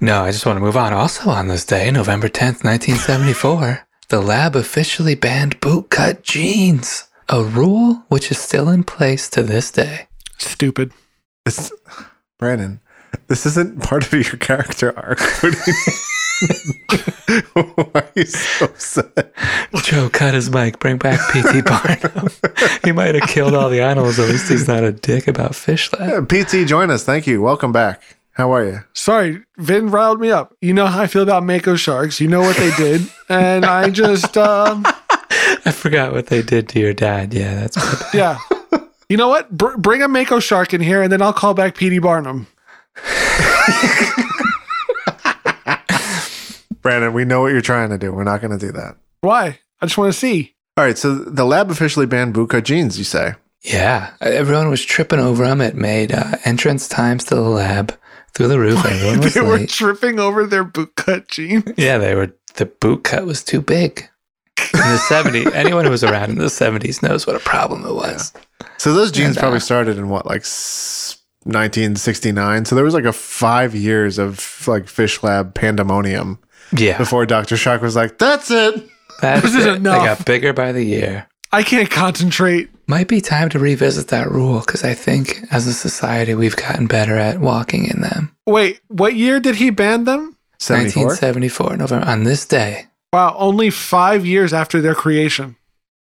[SPEAKER 3] No, I just want to move on. Also on this day, November 10th, 1974, the lab officially banned bootcut jeans, a rule which is still in place to this day.
[SPEAKER 9] Stupid.
[SPEAKER 4] This, Brandon, this isn't part of your character arc. Why are you so upset?
[SPEAKER 3] Joe cut his mic. Bring back P.T. Barnum. he might have killed all the animals. At least he's not a dick about fish lab.
[SPEAKER 4] Uh, PT, join us. Thank you. Welcome back. How are you?
[SPEAKER 9] Sorry, Vin riled me up. You know how I feel about Mako sharks. You know what they did, and I just, um,
[SPEAKER 3] I forgot what they did to your dad. Yeah, that's what
[SPEAKER 9] yeah. You know what? Br- bring a Mako shark in here, and then I'll call back P.D. Barnum.
[SPEAKER 4] Brandon, we know what you're trying to do. We're not going to do that.
[SPEAKER 9] Why? I just want to see.
[SPEAKER 4] All right. So the lab officially banned Buka jeans, you say?
[SPEAKER 3] Yeah, everyone was tripping over him. It made uh, entrance times to the lab through the roof. Everyone was
[SPEAKER 9] They were
[SPEAKER 3] late.
[SPEAKER 9] tripping over their bootcut jeans.
[SPEAKER 3] yeah, they were. The boot cut was too big. In the '70s, anyone who was around in the '70s knows what a problem it was.
[SPEAKER 4] So those jeans
[SPEAKER 3] And, uh,
[SPEAKER 4] probably started in what, like s- 1969? So there was like a five years of like fish lab pandemonium
[SPEAKER 3] Yeah,
[SPEAKER 4] before Dr. Shock was like, that's it.
[SPEAKER 3] that's
[SPEAKER 9] This is
[SPEAKER 3] it.
[SPEAKER 9] enough.
[SPEAKER 3] They got bigger by the year.
[SPEAKER 9] I can't concentrate.
[SPEAKER 3] Might be time to revisit that rule because I think as a society we've gotten better at walking in them.
[SPEAKER 9] Wait, what year did he ban them?
[SPEAKER 4] 74?
[SPEAKER 3] 1974 November on this day.
[SPEAKER 9] Wow, only five years after their creation.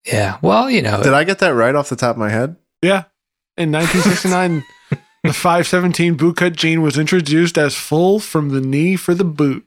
[SPEAKER 3] Yeah, well, you know,
[SPEAKER 4] Did I get that right off the top of my head?
[SPEAKER 9] Yeah. In 1969, the 517 bootcut jean was introduced as full from the knee for the boot.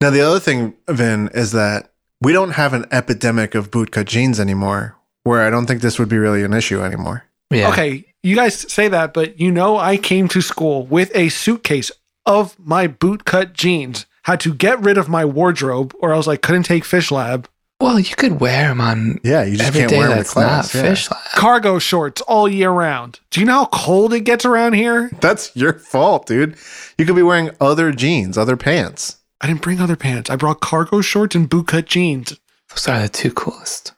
[SPEAKER 4] Now, the other thing, Vin, is that we don't have an epidemic of bootcut jeans anymore, where I don't think this would be really an issue anymore.
[SPEAKER 3] yeah.
[SPEAKER 9] Okay, you guys say that, but you know, I came to school with a suitcase of my bootcut jeans. Had to get rid of my wardrobe, or else I couldn't take Fish Lab.
[SPEAKER 3] Well, you could wear them on
[SPEAKER 4] Yeah, you just
[SPEAKER 3] every
[SPEAKER 4] can't
[SPEAKER 3] day
[SPEAKER 4] wear 'em to
[SPEAKER 3] that's
[SPEAKER 4] class,
[SPEAKER 3] not
[SPEAKER 4] yeah.
[SPEAKER 3] fish lab.
[SPEAKER 9] Cargo shorts all year round. Do you know how cold it gets around here?
[SPEAKER 4] That's your fault, dude. You could be wearing other jeans, other pants.
[SPEAKER 9] I didn't bring other pants. I brought cargo shorts and bootcut jeans.
[SPEAKER 3] Those are the two coolest.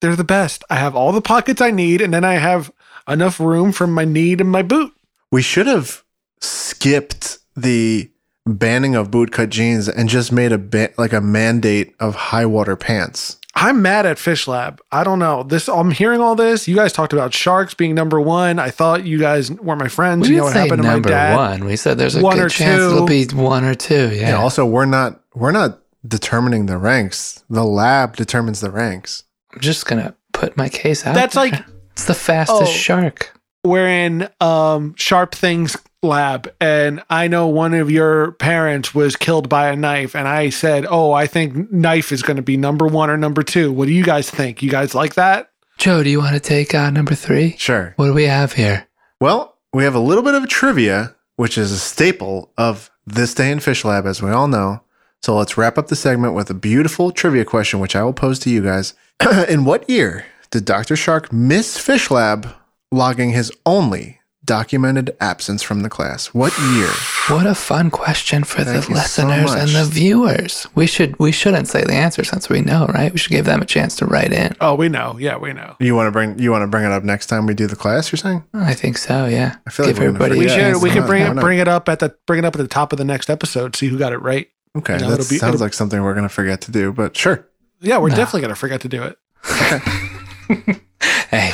[SPEAKER 9] They're the best. I have all the pockets I need, and then I have enough room from my knee to my boot.
[SPEAKER 4] We should have skipped the banning of bootcut jeans and just made a ba- like a mandate of high water pants.
[SPEAKER 9] I'm mad at Fish Lab. I don't know. This I'm hearing all this. You guys talked about sharks being number one. I thought you guys were my friends.
[SPEAKER 3] We
[SPEAKER 9] you
[SPEAKER 3] didn't
[SPEAKER 9] know what
[SPEAKER 3] say
[SPEAKER 9] happened to my
[SPEAKER 3] number
[SPEAKER 9] dad.
[SPEAKER 3] one. We said there's a
[SPEAKER 9] One or
[SPEAKER 3] good chance
[SPEAKER 9] two.
[SPEAKER 3] it'll be one or two. Yeah.
[SPEAKER 4] And also, we're not we're not determining the ranks. The lab determines the ranks.
[SPEAKER 3] I'm just gonna put my case out.
[SPEAKER 9] That's
[SPEAKER 3] there.
[SPEAKER 9] like
[SPEAKER 3] it's the fastest
[SPEAKER 9] Oh.
[SPEAKER 3] shark.
[SPEAKER 9] we're in um, Sharp Things Lab, and I know one of your parents was killed by a knife, and I said, "Oh, I think knife is going to be number one or number two. What do you guys think? You guys like that?
[SPEAKER 3] Joe, do you want to take uh, number three?
[SPEAKER 4] Sure.
[SPEAKER 3] What do we have here?
[SPEAKER 4] Well, we have a little bit of trivia, which is a staple of this day in Fish Lab, as we all know. So let's wrap up the segment with a beautiful trivia question, which I will pose to you guys. in what year did Dr. Shark miss Fish Lab, logging his only documented absence from the class? What year?
[SPEAKER 3] What a fun question for
[SPEAKER 4] Thank
[SPEAKER 3] the
[SPEAKER 4] you so
[SPEAKER 3] listeners and the
[SPEAKER 4] much.
[SPEAKER 3] viewers. We should we shouldn't say the answer since we know, right? We should give them a chance to write in.
[SPEAKER 9] Oh, we know. Yeah, we know.
[SPEAKER 4] You want to bring you want to bring it up next time we do the class? You're saying?
[SPEAKER 3] I think so. Yeah.
[SPEAKER 4] I feel like
[SPEAKER 3] give
[SPEAKER 4] we're gonna
[SPEAKER 3] everybody
[SPEAKER 9] We
[SPEAKER 3] a
[SPEAKER 4] forget.
[SPEAKER 9] should.
[SPEAKER 3] chance.
[SPEAKER 9] We
[SPEAKER 4] why
[SPEAKER 9] can
[SPEAKER 4] not?
[SPEAKER 9] bring
[SPEAKER 4] Why
[SPEAKER 9] it,
[SPEAKER 4] not?
[SPEAKER 9] bring it up at the bring it up at the top of the next episode. See who got it right.
[SPEAKER 4] Okay,
[SPEAKER 9] No,
[SPEAKER 4] that
[SPEAKER 9] it'll be-
[SPEAKER 4] sounds
[SPEAKER 9] it'll-
[SPEAKER 4] like something we're gonna forget to do, but sure.
[SPEAKER 9] Yeah, we're definitely gonna forget to do it.
[SPEAKER 3] Hey,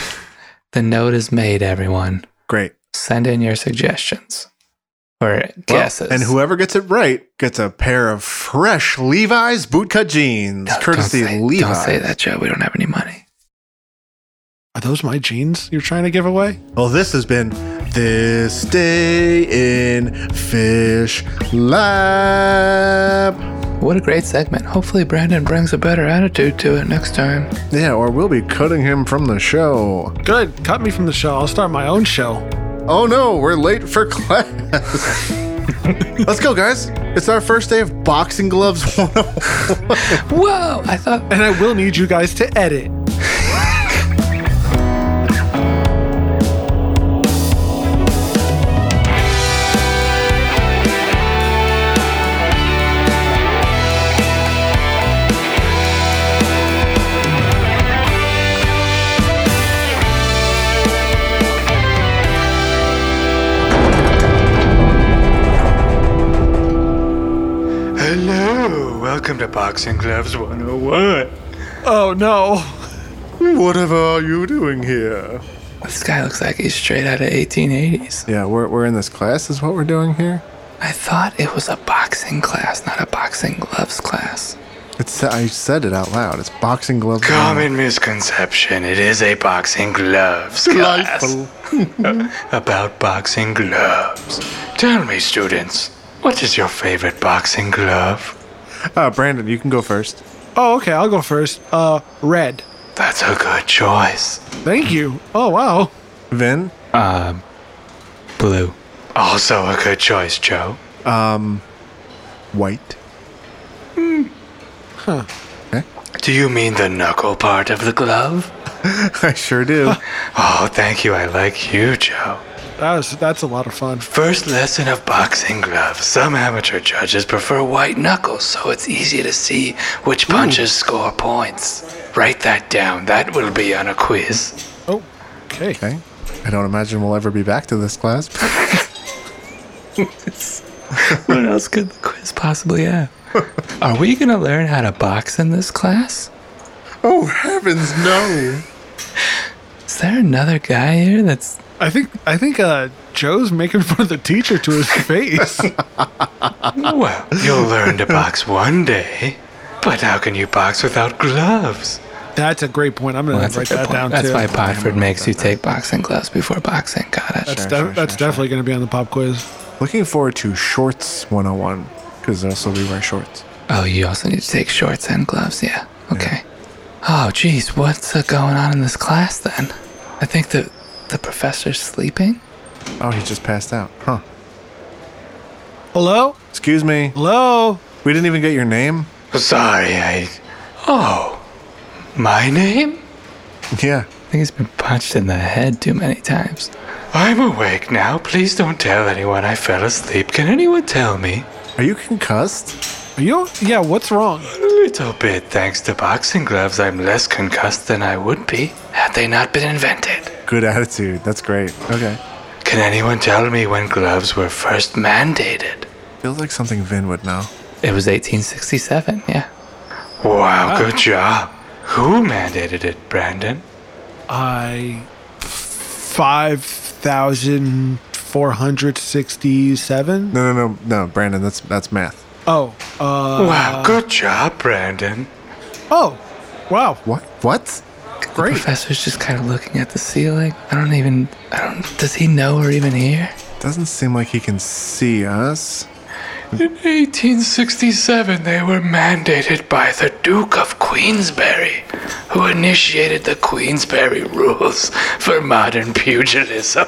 [SPEAKER 3] the note is made, everyone.
[SPEAKER 4] Great.
[SPEAKER 3] Send in your suggestions or guesses.
[SPEAKER 4] And whoever gets it right gets a pair of fresh Levi's bootcut jeans,
[SPEAKER 3] No,
[SPEAKER 4] courtesy
[SPEAKER 3] don't say,
[SPEAKER 4] of Levi's.
[SPEAKER 3] Don't say that, Joe. We don't have any money.
[SPEAKER 9] Are those my jeans you're trying to give away?
[SPEAKER 4] Well, this has been This Day in Fish Lab.
[SPEAKER 3] What a great segment. Hopefully, Brandon brings a better attitude to it next time.
[SPEAKER 4] Yeah, or we'll be cutting him from the show.
[SPEAKER 9] Good. Cut me from the show. I'll start my own show.
[SPEAKER 4] Oh no, we're late for class. Let's go, guys. It's our first day of Boxing Gloves 101.
[SPEAKER 3] Whoa! I thought.
[SPEAKER 9] And I will need you guys to edit.
[SPEAKER 3] Boxing Gloves 101.
[SPEAKER 9] Oh no.
[SPEAKER 4] Whatever are you doing here?
[SPEAKER 3] This guy looks like he's straight out of 1880s.
[SPEAKER 4] Yeah, we're, we're in this class, is what we're doing here.
[SPEAKER 3] I thought it was a boxing class, not a boxing gloves class.
[SPEAKER 4] It's I said it out loud. It's boxing gloves.
[SPEAKER 3] Common misconception. It is a boxing gloves class. About boxing gloves. Tell me, students, what is your favorite boxing glove?
[SPEAKER 4] Uh, Brandon, you can go first.
[SPEAKER 9] Oh, okay. I'll go first. Uh, red.
[SPEAKER 3] That's a good choice.
[SPEAKER 9] Thank you. Oh wow.
[SPEAKER 4] Vin,
[SPEAKER 3] Blue. Also a good choice, Joe.
[SPEAKER 4] white.
[SPEAKER 3] Do you mean the knuckle part of the glove?
[SPEAKER 4] I sure do.
[SPEAKER 3] Oh, thank you. I like you, Joe.
[SPEAKER 9] That was that's a lot of fun.
[SPEAKER 3] First lesson of boxing gloves. Some amateur judges prefer white knuckles, so it's easy to see which punches score points. Write that down. That will be on a quiz.
[SPEAKER 9] Okay.
[SPEAKER 4] okay. I don't imagine we'll ever be back to this class.
[SPEAKER 3] What else could the quiz possibly have? Are we gonna learn how to box in this class?
[SPEAKER 4] oh heavens, no!
[SPEAKER 3] Is there another guy here that's
[SPEAKER 9] I think I think uh Joe's making fun of the teacher to his face.
[SPEAKER 3] Uh, Well, you'll learn to box one day. But how can you box without gloves?
[SPEAKER 9] that's a great point. I'm gonna write that down
[SPEAKER 3] That's
[SPEAKER 9] too.
[SPEAKER 3] why Podford makes you take boxing gloves before boxing. Got it.
[SPEAKER 9] that's def- that's definitely gonna be on the pop quiz.
[SPEAKER 4] Looking forward to shorts 101 because also we wear shorts.
[SPEAKER 3] Oh, you also need to take shorts and gloves. Yeah. Okay. Oh, geez, what's uh, going on in this class then? I think the the professor's sleeping.
[SPEAKER 4] Oh, he just passed out. Huh.
[SPEAKER 9] Hello?
[SPEAKER 4] Excuse me.
[SPEAKER 9] Hello?
[SPEAKER 4] We didn't even get your name.
[SPEAKER 3] Sorry, I. Oh, my name?
[SPEAKER 4] Yeah.
[SPEAKER 3] I think he's been punched in the head too many times. I'm awake now. Please don't tell anyone I fell asleep. Can anyone tell me?
[SPEAKER 4] Are you concussed?
[SPEAKER 9] Are you yeah, what's wrong?
[SPEAKER 3] A little bit. Thanks to boxing gloves, I'm less concussed than I would be had they not been invented.
[SPEAKER 4] Good attitude. That's great. Okay.
[SPEAKER 3] Can anyone tell me when gloves were first mandated?
[SPEAKER 4] Feels like something Vin would know.
[SPEAKER 3] It was 1867, yeah. Wow, good job. Who mandated it, Brandon?
[SPEAKER 9] I five thousand four hundred sixty seven.
[SPEAKER 4] No, no, no, no, Brandon. That's that's math.
[SPEAKER 9] Oh, uh
[SPEAKER 3] wow, good job, Brandon.
[SPEAKER 9] oh wow.
[SPEAKER 4] What? What?
[SPEAKER 3] The professor's just kind of looking at the ceiling. I don't even. I don't. Does he know we're even here?
[SPEAKER 4] Doesn't seem like he can see us.
[SPEAKER 3] In 1867, they were mandated by the Duke of Queensberry, who initiated the Queensberry rules for modern pugilism.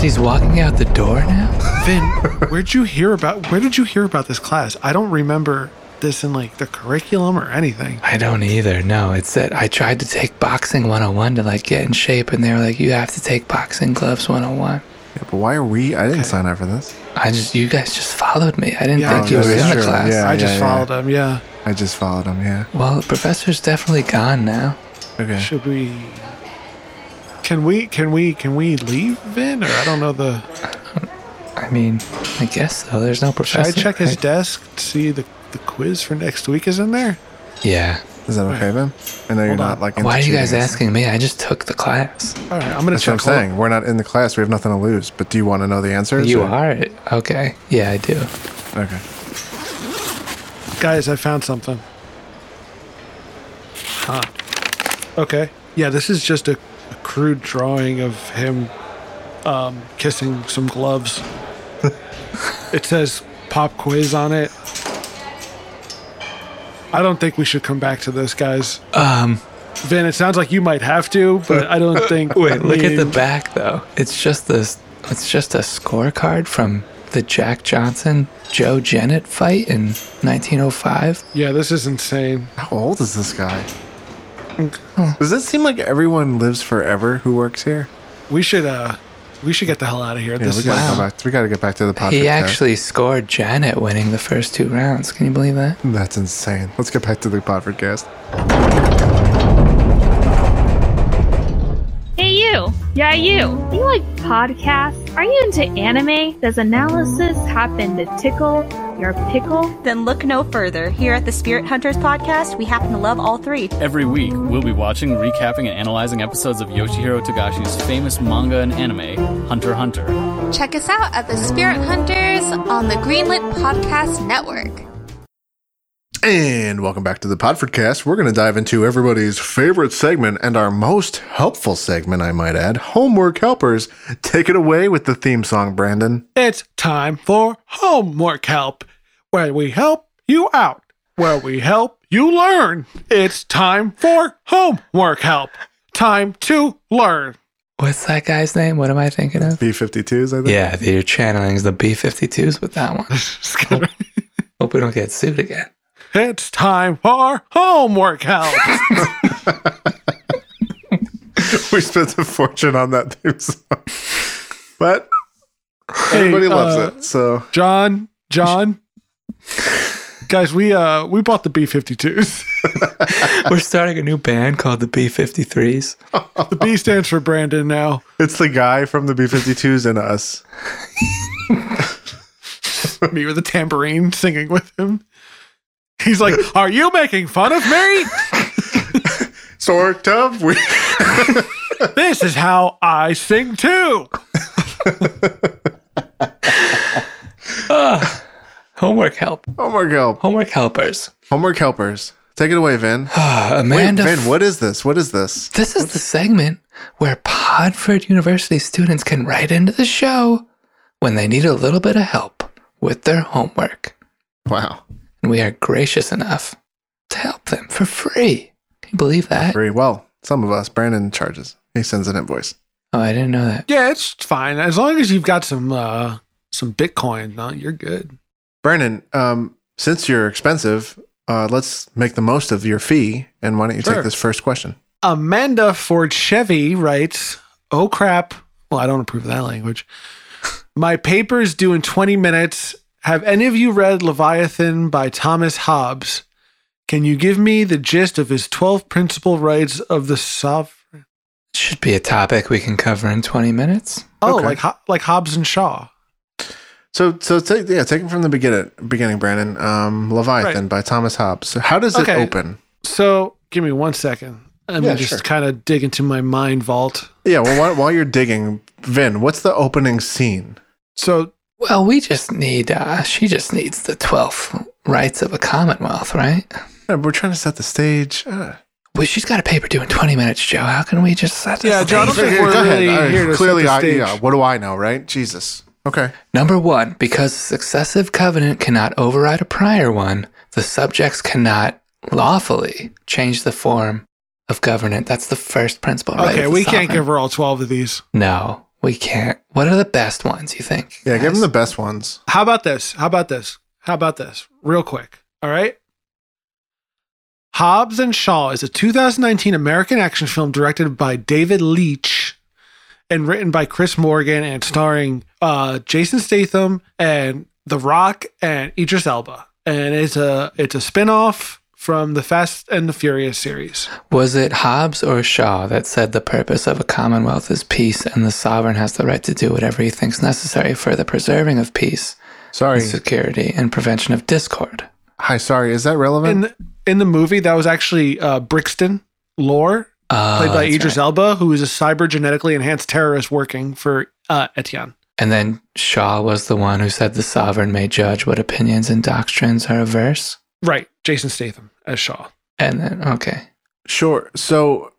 [SPEAKER 3] He's walking out the door now?
[SPEAKER 9] Vin, where'd you hear about where did you hear about this class? I don't remember this in like the curriculum or anything.
[SPEAKER 3] I don't either. No, it's that I tried to take Boxing 101 to like get in shape, and they were like, you have to take Boxing Gloves 101.
[SPEAKER 4] Yeah, but why are we? I didn't sign up for this.
[SPEAKER 3] I just, you guys just followed me. I didn't
[SPEAKER 9] Yeah,
[SPEAKER 3] think you were
[SPEAKER 4] that is
[SPEAKER 3] in the
[SPEAKER 4] true.
[SPEAKER 3] class.
[SPEAKER 4] Yeah,
[SPEAKER 9] I just
[SPEAKER 4] yeah,
[SPEAKER 9] followed him, yeah.
[SPEAKER 4] I just followed him. Yeah.
[SPEAKER 3] Well, the professor's definitely gone now.
[SPEAKER 4] Okay.
[SPEAKER 9] Should we can we can we can we leave Vin or I don't know the
[SPEAKER 3] I mean, I guess so. There's no
[SPEAKER 9] should I
[SPEAKER 3] professor.
[SPEAKER 9] check his
[SPEAKER 3] right?
[SPEAKER 9] desk to see the the quiz for next week is in there?
[SPEAKER 3] Yeah.
[SPEAKER 4] Is that okay, Vin? I know you're not like.
[SPEAKER 3] Why are you
[SPEAKER 4] into
[SPEAKER 3] guys
[SPEAKER 4] cheating.
[SPEAKER 3] asking me? I just took the class.
[SPEAKER 9] All right, I'm gonna
[SPEAKER 4] That's what I'm
[SPEAKER 9] check. Hold on.
[SPEAKER 4] saying. We're not in the class. We have nothing to lose. But do you want to know the answers?
[SPEAKER 3] You
[SPEAKER 4] or-
[SPEAKER 3] are it. Okay. Yeah, I do.
[SPEAKER 4] Okay.
[SPEAKER 9] Guys, I found something. Huh. Okay. Yeah, this is just a, a crude drawing of him um, kissing some gloves. it says pop quiz on it. I don't think we should come back to this, guys.
[SPEAKER 3] Um,
[SPEAKER 9] Vin, it sounds like you might have to, but I don't think.
[SPEAKER 3] wait, look at the
[SPEAKER 9] we-
[SPEAKER 3] back though. It's just this it's just a scorecard from the Jack Johnson Joe Jennett fight in 1905.
[SPEAKER 9] Yeah, this is insane.
[SPEAKER 4] How old is this guy? Does it seem like everyone lives forever who works here?
[SPEAKER 9] We should. uh we should get the hell out of here.
[SPEAKER 4] Yeah,
[SPEAKER 9] this
[SPEAKER 4] we
[SPEAKER 9] is
[SPEAKER 4] gotta go back. We gotta get back to the podcast.
[SPEAKER 3] He actually scored Janet winning the first two rounds. Can you believe that?
[SPEAKER 4] That's insane. Let's get back to the podcast.
[SPEAKER 10] Hey you! Yeah you! Do you like podcasts? Are you into anime? Does analysis happen to tickle? Your pickle?
[SPEAKER 11] Then look no further. Here at the Spirit Hunters podcast, we happen to love all three.
[SPEAKER 12] Every week, we'll be watching, recapping, and analyzing episodes of Yoshihiro Tagashi's famous manga and anime, Hunter x Hunter.
[SPEAKER 7] Check us out at the Spirit Hunters on the Greenlit Podcast Network.
[SPEAKER 4] And welcome back to the Podford Cast. We're going to dive into everybody's favorite segment and our most helpful segment, I might add, Homework Helpers. Take it away with the theme song, Brandon.
[SPEAKER 9] It's time for homework help, where we help you out, where we help you learn. It's time for homework help. Time to learn.
[SPEAKER 3] What's that guy's name? What am I thinking of?
[SPEAKER 4] B 52s, I think.
[SPEAKER 3] Yeah, the channeling's the B 52s with that one. hope, hope we don't get sued again.
[SPEAKER 9] It's time for homework help.
[SPEAKER 4] we spent a fortune on that theme song. But everybody
[SPEAKER 9] Hey,
[SPEAKER 4] loves
[SPEAKER 9] uh,
[SPEAKER 4] it. So
[SPEAKER 9] John, John. Guys, we uh we bought the B 52s.
[SPEAKER 3] We're starting a new band called the B 53s.
[SPEAKER 9] The B stands for Brandon now.
[SPEAKER 4] it's the guy from the B 52s and us.
[SPEAKER 9] Me with a tambourine singing with him. He's like, Are you making fun of me?
[SPEAKER 4] Sort of. We-
[SPEAKER 9] this is how I sing too.
[SPEAKER 3] Ah, homework help.
[SPEAKER 4] Homework help.
[SPEAKER 3] Homework helpers. Ah,
[SPEAKER 4] Homework helpers. Take it away, Vin.
[SPEAKER 9] Oh,
[SPEAKER 3] Amanda
[SPEAKER 4] Wait, Vin, what is this? What is this?
[SPEAKER 3] This is the segment where Podford University students can write into the show when they need a little bit of help with their homework.
[SPEAKER 4] Wow.
[SPEAKER 3] And we are gracious enough to help them for free. Can you believe that?
[SPEAKER 4] Very well. Some of us. Brandon charges. He sends an invoice.
[SPEAKER 3] Oh, I didn't know that.
[SPEAKER 9] Yeah, it's fine. As long as you've got some uh some Bitcoin, no, you're good.
[SPEAKER 4] Brandon, um, since you're expensive, uh, let's make the most of your fee. And why don't you
[SPEAKER 9] Sure.
[SPEAKER 4] take this first question?
[SPEAKER 9] Amanda Ford Chevy writes, Oh crap. Well, I don't approve of that language. My paper is due in 20 minutes. Have any of you read Leviathan by Thomas Hobbes? Can you give me the gist of his 12 principal rights of the sovereign?
[SPEAKER 3] Should be a topic we can cover in 20 minutes.
[SPEAKER 9] Oh,
[SPEAKER 4] Okay.
[SPEAKER 9] like Ho- like Hobbes and Shaw.
[SPEAKER 4] So, so take yeah, take it from the beginning, beginning, Brandon. Um, Leviathan by Thomas Hobbes. So how does it
[SPEAKER 9] Okay.
[SPEAKER 4] open?
[SPEAKER 9] So, give me one second. Let me
[SPEAKER 4] Yeah,
[SPEAKER 9] just
[SPEAKER 4] sure.
[SPEAKER 9] kind of dig into my mind vault.
[SPEAKER 4] Yeah. Well, while, while you're digging, Vin, what's the opening scene?
[SPEAKER 9] So,
[SPEAKER 3] Well, we just need, uh, she just needs the 12 rights of a commonwealth, right?
[SPEAKER 4] Yeah, we're trying to set the stage. Uh,
[SPEAKER 3] Well, she's got a paper due in 20 minutes, Joe. How can we just set this
[SPEAKER 9] Yeah, Joe, I don't think we're really here to set
[SPEAKER 4] clearly,
[SPEAKER 9] the
[SPEAKER 4] I,
[SPEAKER 9] stage.
[SPEAKER 4] yeah. What do I know, right? Jesus. Okay.
[SPEAKER 3] Number one, because successive covenant cannot override a prior one, the subjects cannot lawfully change the form of government. That's the first principle. Right?
[SPEAKER 9] okay,
[SPEAKER 3] of the
[SPEAKER 9] we can't
[SPEAKER 3] sovereign.
[SPEAKER 9] give her all 12 of these.
[SPEAKER 3] No, we can't. What are the best ones? You think?
[SPEAKER 4] Yeah, give
[SPEAKER 3] guys?
[SPEAKER 4] him the best ones.
[SPEAKER 9] How about this? How about this? How about this? Real quick. All right. Hobbs and Shaw is a 2019 American action film directed by David Leitch and written by Chris Morgan and starring uh, Jason Statham and The Rock and Idris Elba. And it's a it's a spin-off from the Fast and the Furious series.
[SPEAKER 3] Was it Hobbes or Shaw that said the purpose of a commonwealth is peace, and the sovereign has the right to do whatever he thinks necessary for the preserving of peace,
[SPEAKER 4] Sorry.
[SPEAKER 3] and security, and prevention of discord?
[SPEAKER 4] Hi. Sorry. Is that
[SPEAKER 9] In
[SPEAKER 4] relevant?
[SPEAKER 9] the, in the movie that was actually uh, Brixton Lore
[SPEAKER 3] Uh,
[SPEAKER 9] played by
[SPEAKER 3] that's
[SPEAKER 9] Idris
[SPEAKER 3] right.
[SPEAKER 9] Elba, who is a cyber genetically enhanced terrorist working for uh, Etienne.
[SPEAKER 3] And then Shaw was the one who said the sovereign may judge what opinions and doctrines are averse.
[SPEAKER 9] Right, Jason Statham as Shaw.
[SPEAKER 3] And then, okay.
[SPEAKER 4] sure. So,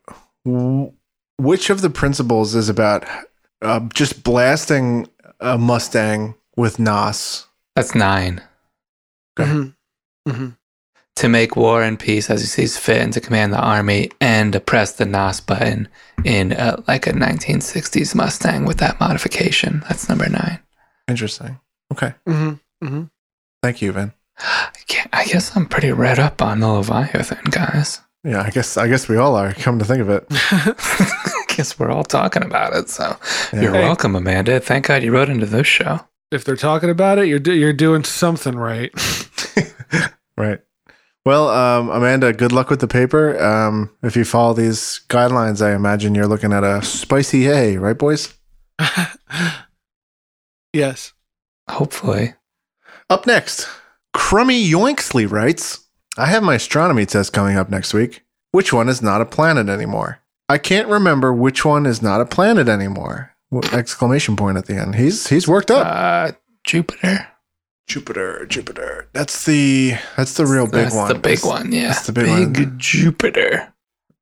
[SPEAKER 4] w- which of the principles is about uh, just blasting a Mustang with Nos?
[SPEAKER 3] That's nine.
[SPEAKER 4] Okay.
[SPEAKER 9] Mhm. Mhm.
[SPEAKER 3] To make war and peace as he sees fit and to command the army and to press the NOS button in uh like a 1960s Mustang with that modification. That's number nine.
[SPEAKER 4] Interesting. Okay.
[SPEAKER 9] Mhm. Mhm.
[SPEAKER 4] Thank you, Vin.
[SPEAKER 3] I, can't, I guess I'm pretty read up on the Leviathan, guys.
[SPEAKER 4] Yeah. I guess. I guess we all are. Come to think of it.
[SPEAKER 3] I guess we're all talking about it. So
[SPEAKER 4] Yeah.
[SPEAKER 3] you're
[SPEAKER 9] Hey.
[SPEAKER 3] welcome, Amanda. Thank God you wrote into this show.
[SPEAKER 9] If they're talking about it, you're do- you're doing something right.
[SPEAKER 4] Right. Well, um, Amanda, good luck with the paper. Um, if you follow these guidelines, I imagine you're looking at a spicy A, right, boys?
[SPEAKER 9] yes.
[SPEAKER 3] Hopefully.
[SPEAKER 4] Up next, Crummy Yoinksley writes I have my astronomy test coming up next week. Which one is not a planet anymore? I can't remember which one is not a planet anymore. W- Exclamation point at the end. He's he's worked up.
[SPEAKER 3] Uh, Jupiter.
[SPEAKER 4] Jupiter, Jupiter. That's the that's the real big
[SPEAKER 3] That's
[SPEAKER 4] one.
[SPEAKER 3] the big one, yeah.
[SPEAKER 4] That's the big,
[SPEAKER 3] Big
[SPEAKER 4] one.
[SPEAKER 3] Jupiter.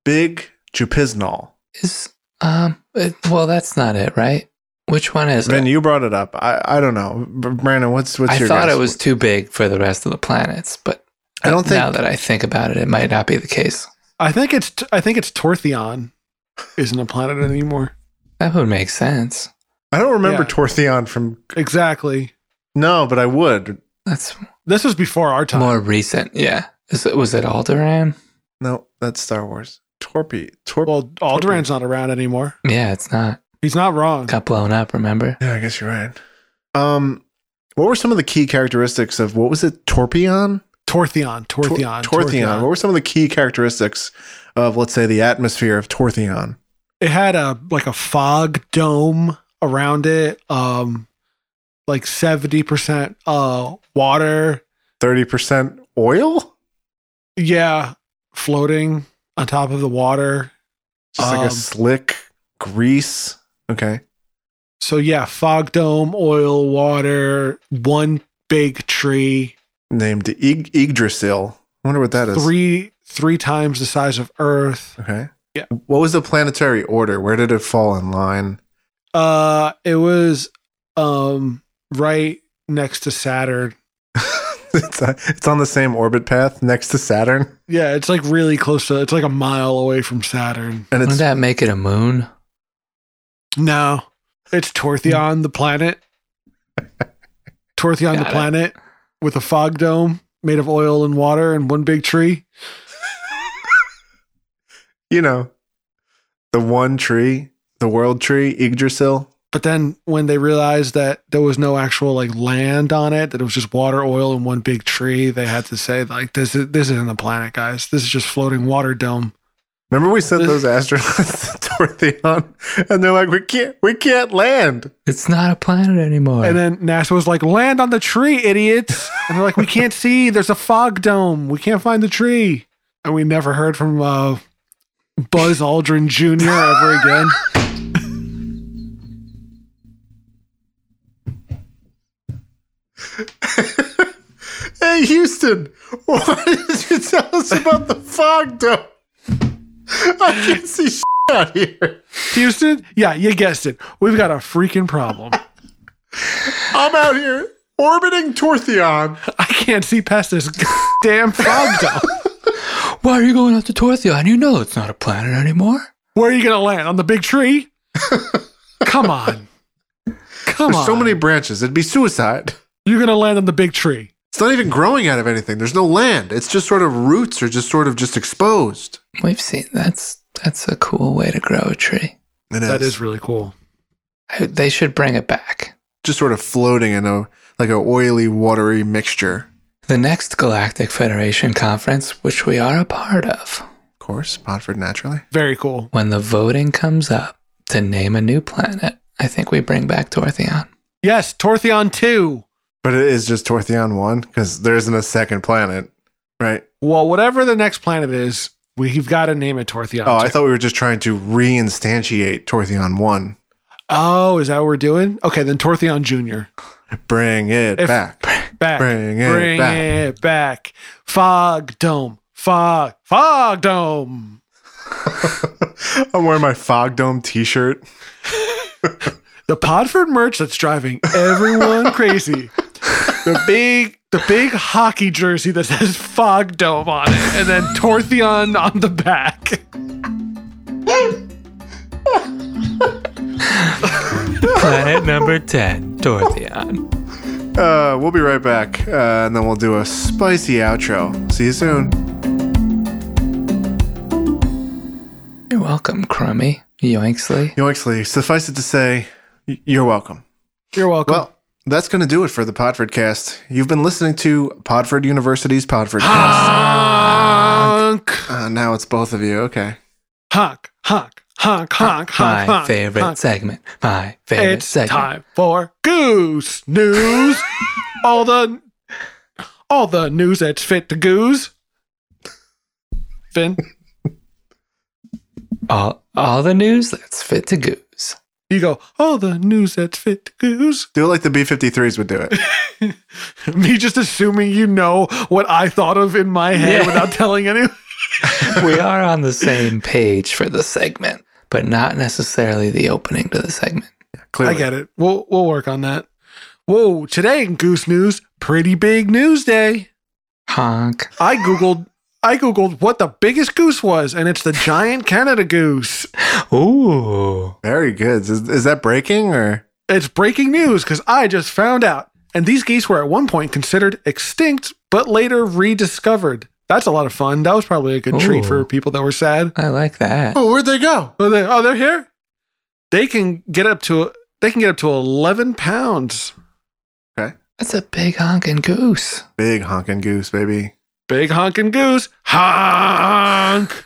[SPEAKER 4] Big Jupiznol.
[SPEAKER 3] Is um it, well that's not it, right? Which one is
[SPEAKER 4] Ben,
[SPEAKER 3] it?
[SPEAKER 4] you brought it up. I, I don't know. B- Brandon, what's what's
[SPEAKER 3] I
[SPEAKER 4] your
[SPEAKER 3] thought
[SPEAKER 4] guess?
[SPEAKER 3] it was too big for the rest of the planets, but
[SPEAKER 4] I don't think-
[SPEAKER 3] now that I think about it, it might not be the case.
[SPEAKER 9] I think it's I think it's Tortheon isn't a planet anymore.
[SPEAKER 3] That would make sense.
[SPEAKER 4] I don't remember
[SPEAKER 9] Yeah.
[SPEAKER 4] Tortheon from
[SPEAKER 9] Exactly.
[SPEAKER 4] No, but I would.
[SPEAKER 3] That's
[SPEAKER 9] This was before our time.
[SPEAKER 3] more recent, yeah. Is it, was it Alderaan?
[SPEAKER 4] No, that's Star Wars. Torpy. Torp
[SPEAKER 9] well, Alderan's not around anymore.
[SPEAKER 3] Yeah, it's not.
[SPEAKER 9] He's not wrong.
[SPEAKER 3] Got blown up, remember?
[SPEAKER 4] Yeah, I guess you're right. Um what were some of the key characteristics of what was it? Torpeon?
[SPEAKER 9] Tortheon.
[SPEAKER 4] Tor-
[SPEAKER 9] Tortheon.
[SPEAKER 4] Tortheon. What were some of the key characteristics of let's say the atmosphere of Tortheon?
[SPEAKER 9] It had a like a fog dome around it. Um, like seventy percent uh water.
[SPEAKER 4] 30% oil?
[SPEAKER 9] Yeah, floating on top of the water.
[SPEAKER 4] Just like
[SPEAKER 9] Um,
[SPEAKER 4] a slick grease. Okay.
[SPEAKER 9] So yeah, fog dome, oil, water, one big tree,
[SPEAKER 4] Named Ig- Yggdrasil. I wonder what that is.
[SPEAKER 9] three three times the size of Earth.
[SPEAKER 4] Okay.
[SPEAKER 9] Yeah.
[SPEAKER 4] What was the planetary order? Where did it fall in line?
[SPEAKER 9] Uh, it was um right next to Saturn.
[SPEAKER 4] it's, uh, it's on the same orbit path next to Saturn.
[SPEAKER 9] Yeah, it's like really close to. It's like a mile away from Saturn.
[SPEAKER 4] And
[SPEAKER 3] Wouldn't
[SPEAKER 4] it's
[SPEAKER 3] that make it a moon?
[SPEAKER 9] No, it's Tortheon the planet. Tortheon
[SPEAKER 3] Got
[SPEAKER 9] the
[SPEAKER 3] it.
[SPEAKER 9] planet with a fog dome made of oil and water and one big tree.
[SPEAKER 4] you know, the one tree, the world tree, Yggdrasil.
[SPEAKER 9] But then when they realized that there was no actual like land on it, that it was just water, oil, and one big tree, they had to say like this is this isn't a planet, guys. This is just floating water dome.
[SPEAKER 4] Remember we sent those astronauts to Tortheon, and they're like, we can't, we can't land.
[SPEAKER 3] It's not a planet anymore.
[SPEAKER 9] And then NASA was like, "Land on the tree, idiots!" And they're like, "We can't see. There's a fog dome. We can't find the tree." And we never heard from uh, Buzz Aldrin Jr. ever again.
[SPEAKER 4] Hey, Houston, why did you tell us about the fog dome? I can't see shit out here.
[SPEAKER 9] Houston, yeah, you guessed it. We've got a freaking problem.
[SPEAKER 4] I'm out here orbiting Tortheon.
[SPEAKER 9] I can't see past this damn fog dome.
[SPEAKER 3] Why are you going out to Tortheon? You know it's not a planet anymore.
[SPEAKER 9] Where are you gonna land on the big tree? Come on, come
[SPEAKER 4] There's
[SPEAKER 9] on.
[SPEAKER 4] so many branches. It'd be suicide.
[SPEAKER 9] You're gonna land on the big tree.
[SPEAKER 4] It's not even growing out of anything. There's no land. It's just sort of roots are just sort of just exposed.
[SPEAKER 3] We've seen that's that's a cool way to grow a tree.
[SPEAKER 4] It
[SPEAKER 9] That is really cool.
[SPEAKER 3] I- They should bring it back.
[SPEAKER 4] just sort of floating in a like a oily, watery mixture.
[SPEAKER 3] The next Galactic Federation conference, which we are a part of,
[SPEAKER 4] Of course, Podford naturally.
[SPEAKER 9] Very cool.
[SPEAKER 3] when the voting comes up to name a new planet, I think we bring back Tortheon.
[SPEAKER 9] Yes, Tortheon two.
[SPEAKER 4] But it is just Tortheon one because there isn't a second planet, right?
[SPEAKER 9] Well, whatever the next planet is, we've got to name it Tortheon.
[SPEAKER 4] Oh, I
[SPEAKER 9] two.
[SPEAKER 4] thought we were just trying to reinstantiate Tortheon one.
[SPEAKER 9] Oh, is that what we're doing? Okay, then Tortheon Jr.
[SPEAKER 4] Bring it
[SPEAKER 9] If-
[SPEAKER 4] back.
[SPEAKER 9] Back.
[SPEAKER 4] Bring it
[SPEAKER 9] Bring
[SPEAKER 4] back.
[SPEAKER 9] it back. Fog Dome. Fog. Fog Dome.
[SPEAKER 4] I'm wearing my Fog Dome T-shirt.
[SPEAKER 9] The Podford merch that's driving everyone crazy. The big the big hockey jersey that says Fog Dome on it and then Tortheon on the back.
[SPEAKER 3] Planet number 10, Tortheon.
[SPEAKER 4] Uh, we'll be right back, uh, and then we'll do a spicy outro. See you soon.
[SPEAKER 3] You're welcome, Crummy. Yoinksley.
[SPEAKER 4] Yoinksley, suffice it to say, y- you're welcome.
[SPEAKER 9] You're welcome.
[SPEAKER 4] Well, that's going to do it for the Podford cast. You've been listening to Podford University's Podford
[SPEAKER 9] honk.
[SPEAKER 4] Uh, now it's both of you. Okay.
[SPEAKER 9] Honk. Honk. Honk. Honk.
[SPEAKER 3] My
[SPEAKER 9] Honk. honk,
[SPEAKER 3] favorite
[SPEAKER 9] honk.
[SPEAKER 3] segment. My favorite
[SPEAKER 9] It's
[SPEAKER 3] segment.
[SPEAKER 9] time for Goose News. All the all the news that's fit to goose. Finn,
[SPEAKER 3] All, all the news that's fit to goose.
[SPEAKER 9] you go, all the news that's fit to goose.
[SPEAKER 4] Do it like the B 53s would do it.
[SPEAKER 9] Me just assuming you know what I thought of in my head
[SPEAKER 3] Yeah.
[SPEAKER 9] without telling anyone.
[SPEAKER 3] we are on the same page for the segment, but not necessarily the opening to the segment.
[SPEAKER 9] I get it. We'll we'll work on that. Whoa, today in Goose News, pretty big news day.
[SPEAKER 3] Honk.
[SPEAKER 9] I googled I googled what the biggest goose was, and it's the giant Canada goose.
[SPEAKER 3] Ooh.
[SPEAKER 4] Very good. Is, is that breaking or?
[SPEAKER 9] It's breaking news because I just found out. And these geese were at one point considered extinct, but later rediscovered. That's a lot of fun. That was probably a good treat
[SPEAKER 3] Ooh.
[SPEAKER 9] for people that were sad.
[SPEAKER 3] I like that.
[SPEAKER 4] Oh, where'd they go?
[SPEAKER 9] Oh, they, oh, they're here. They can get up to they can get up to eleven pounds.
[SPEAKER 4] Okay.
[SPEAKER 3] That's a big honking goose.
[SPEAKER 4] Big honking goose, baby.
[SPEAKER 9] Big honking goose. Honk.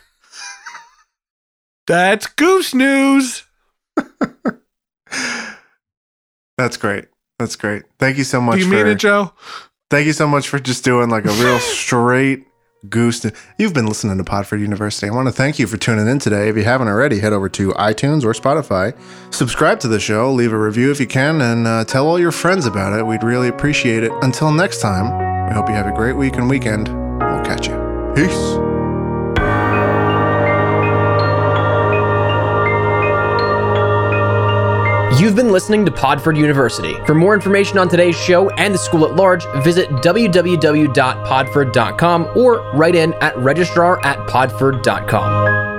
[SPEAKER 9] That's goose news.
[SPEAKER 4] That's great. That's great. Thank you so much.
[SPEAKER 9] Do you
[SPEAKER 4] for,
[SPEAKER 9] mean it, Joe?
[SPEAKER 4] Thank you so much for just doing like a real straight goose. You've been listening to Podford University. I want to thank you for tuning in today. If you haven't already, head over to iTunes or Spotify, subscribe to the show, leave a review if you can, and uh, tell all your friends about it. We'd really appreciate it. Until next time, we hope you have a great week and weekend. We'll catch you. Peace.
[SPEAKER 1] You've been listening to Podford University. For more information on today's show and the school at large, visit www.podford.com or write in at registrar at podford.com.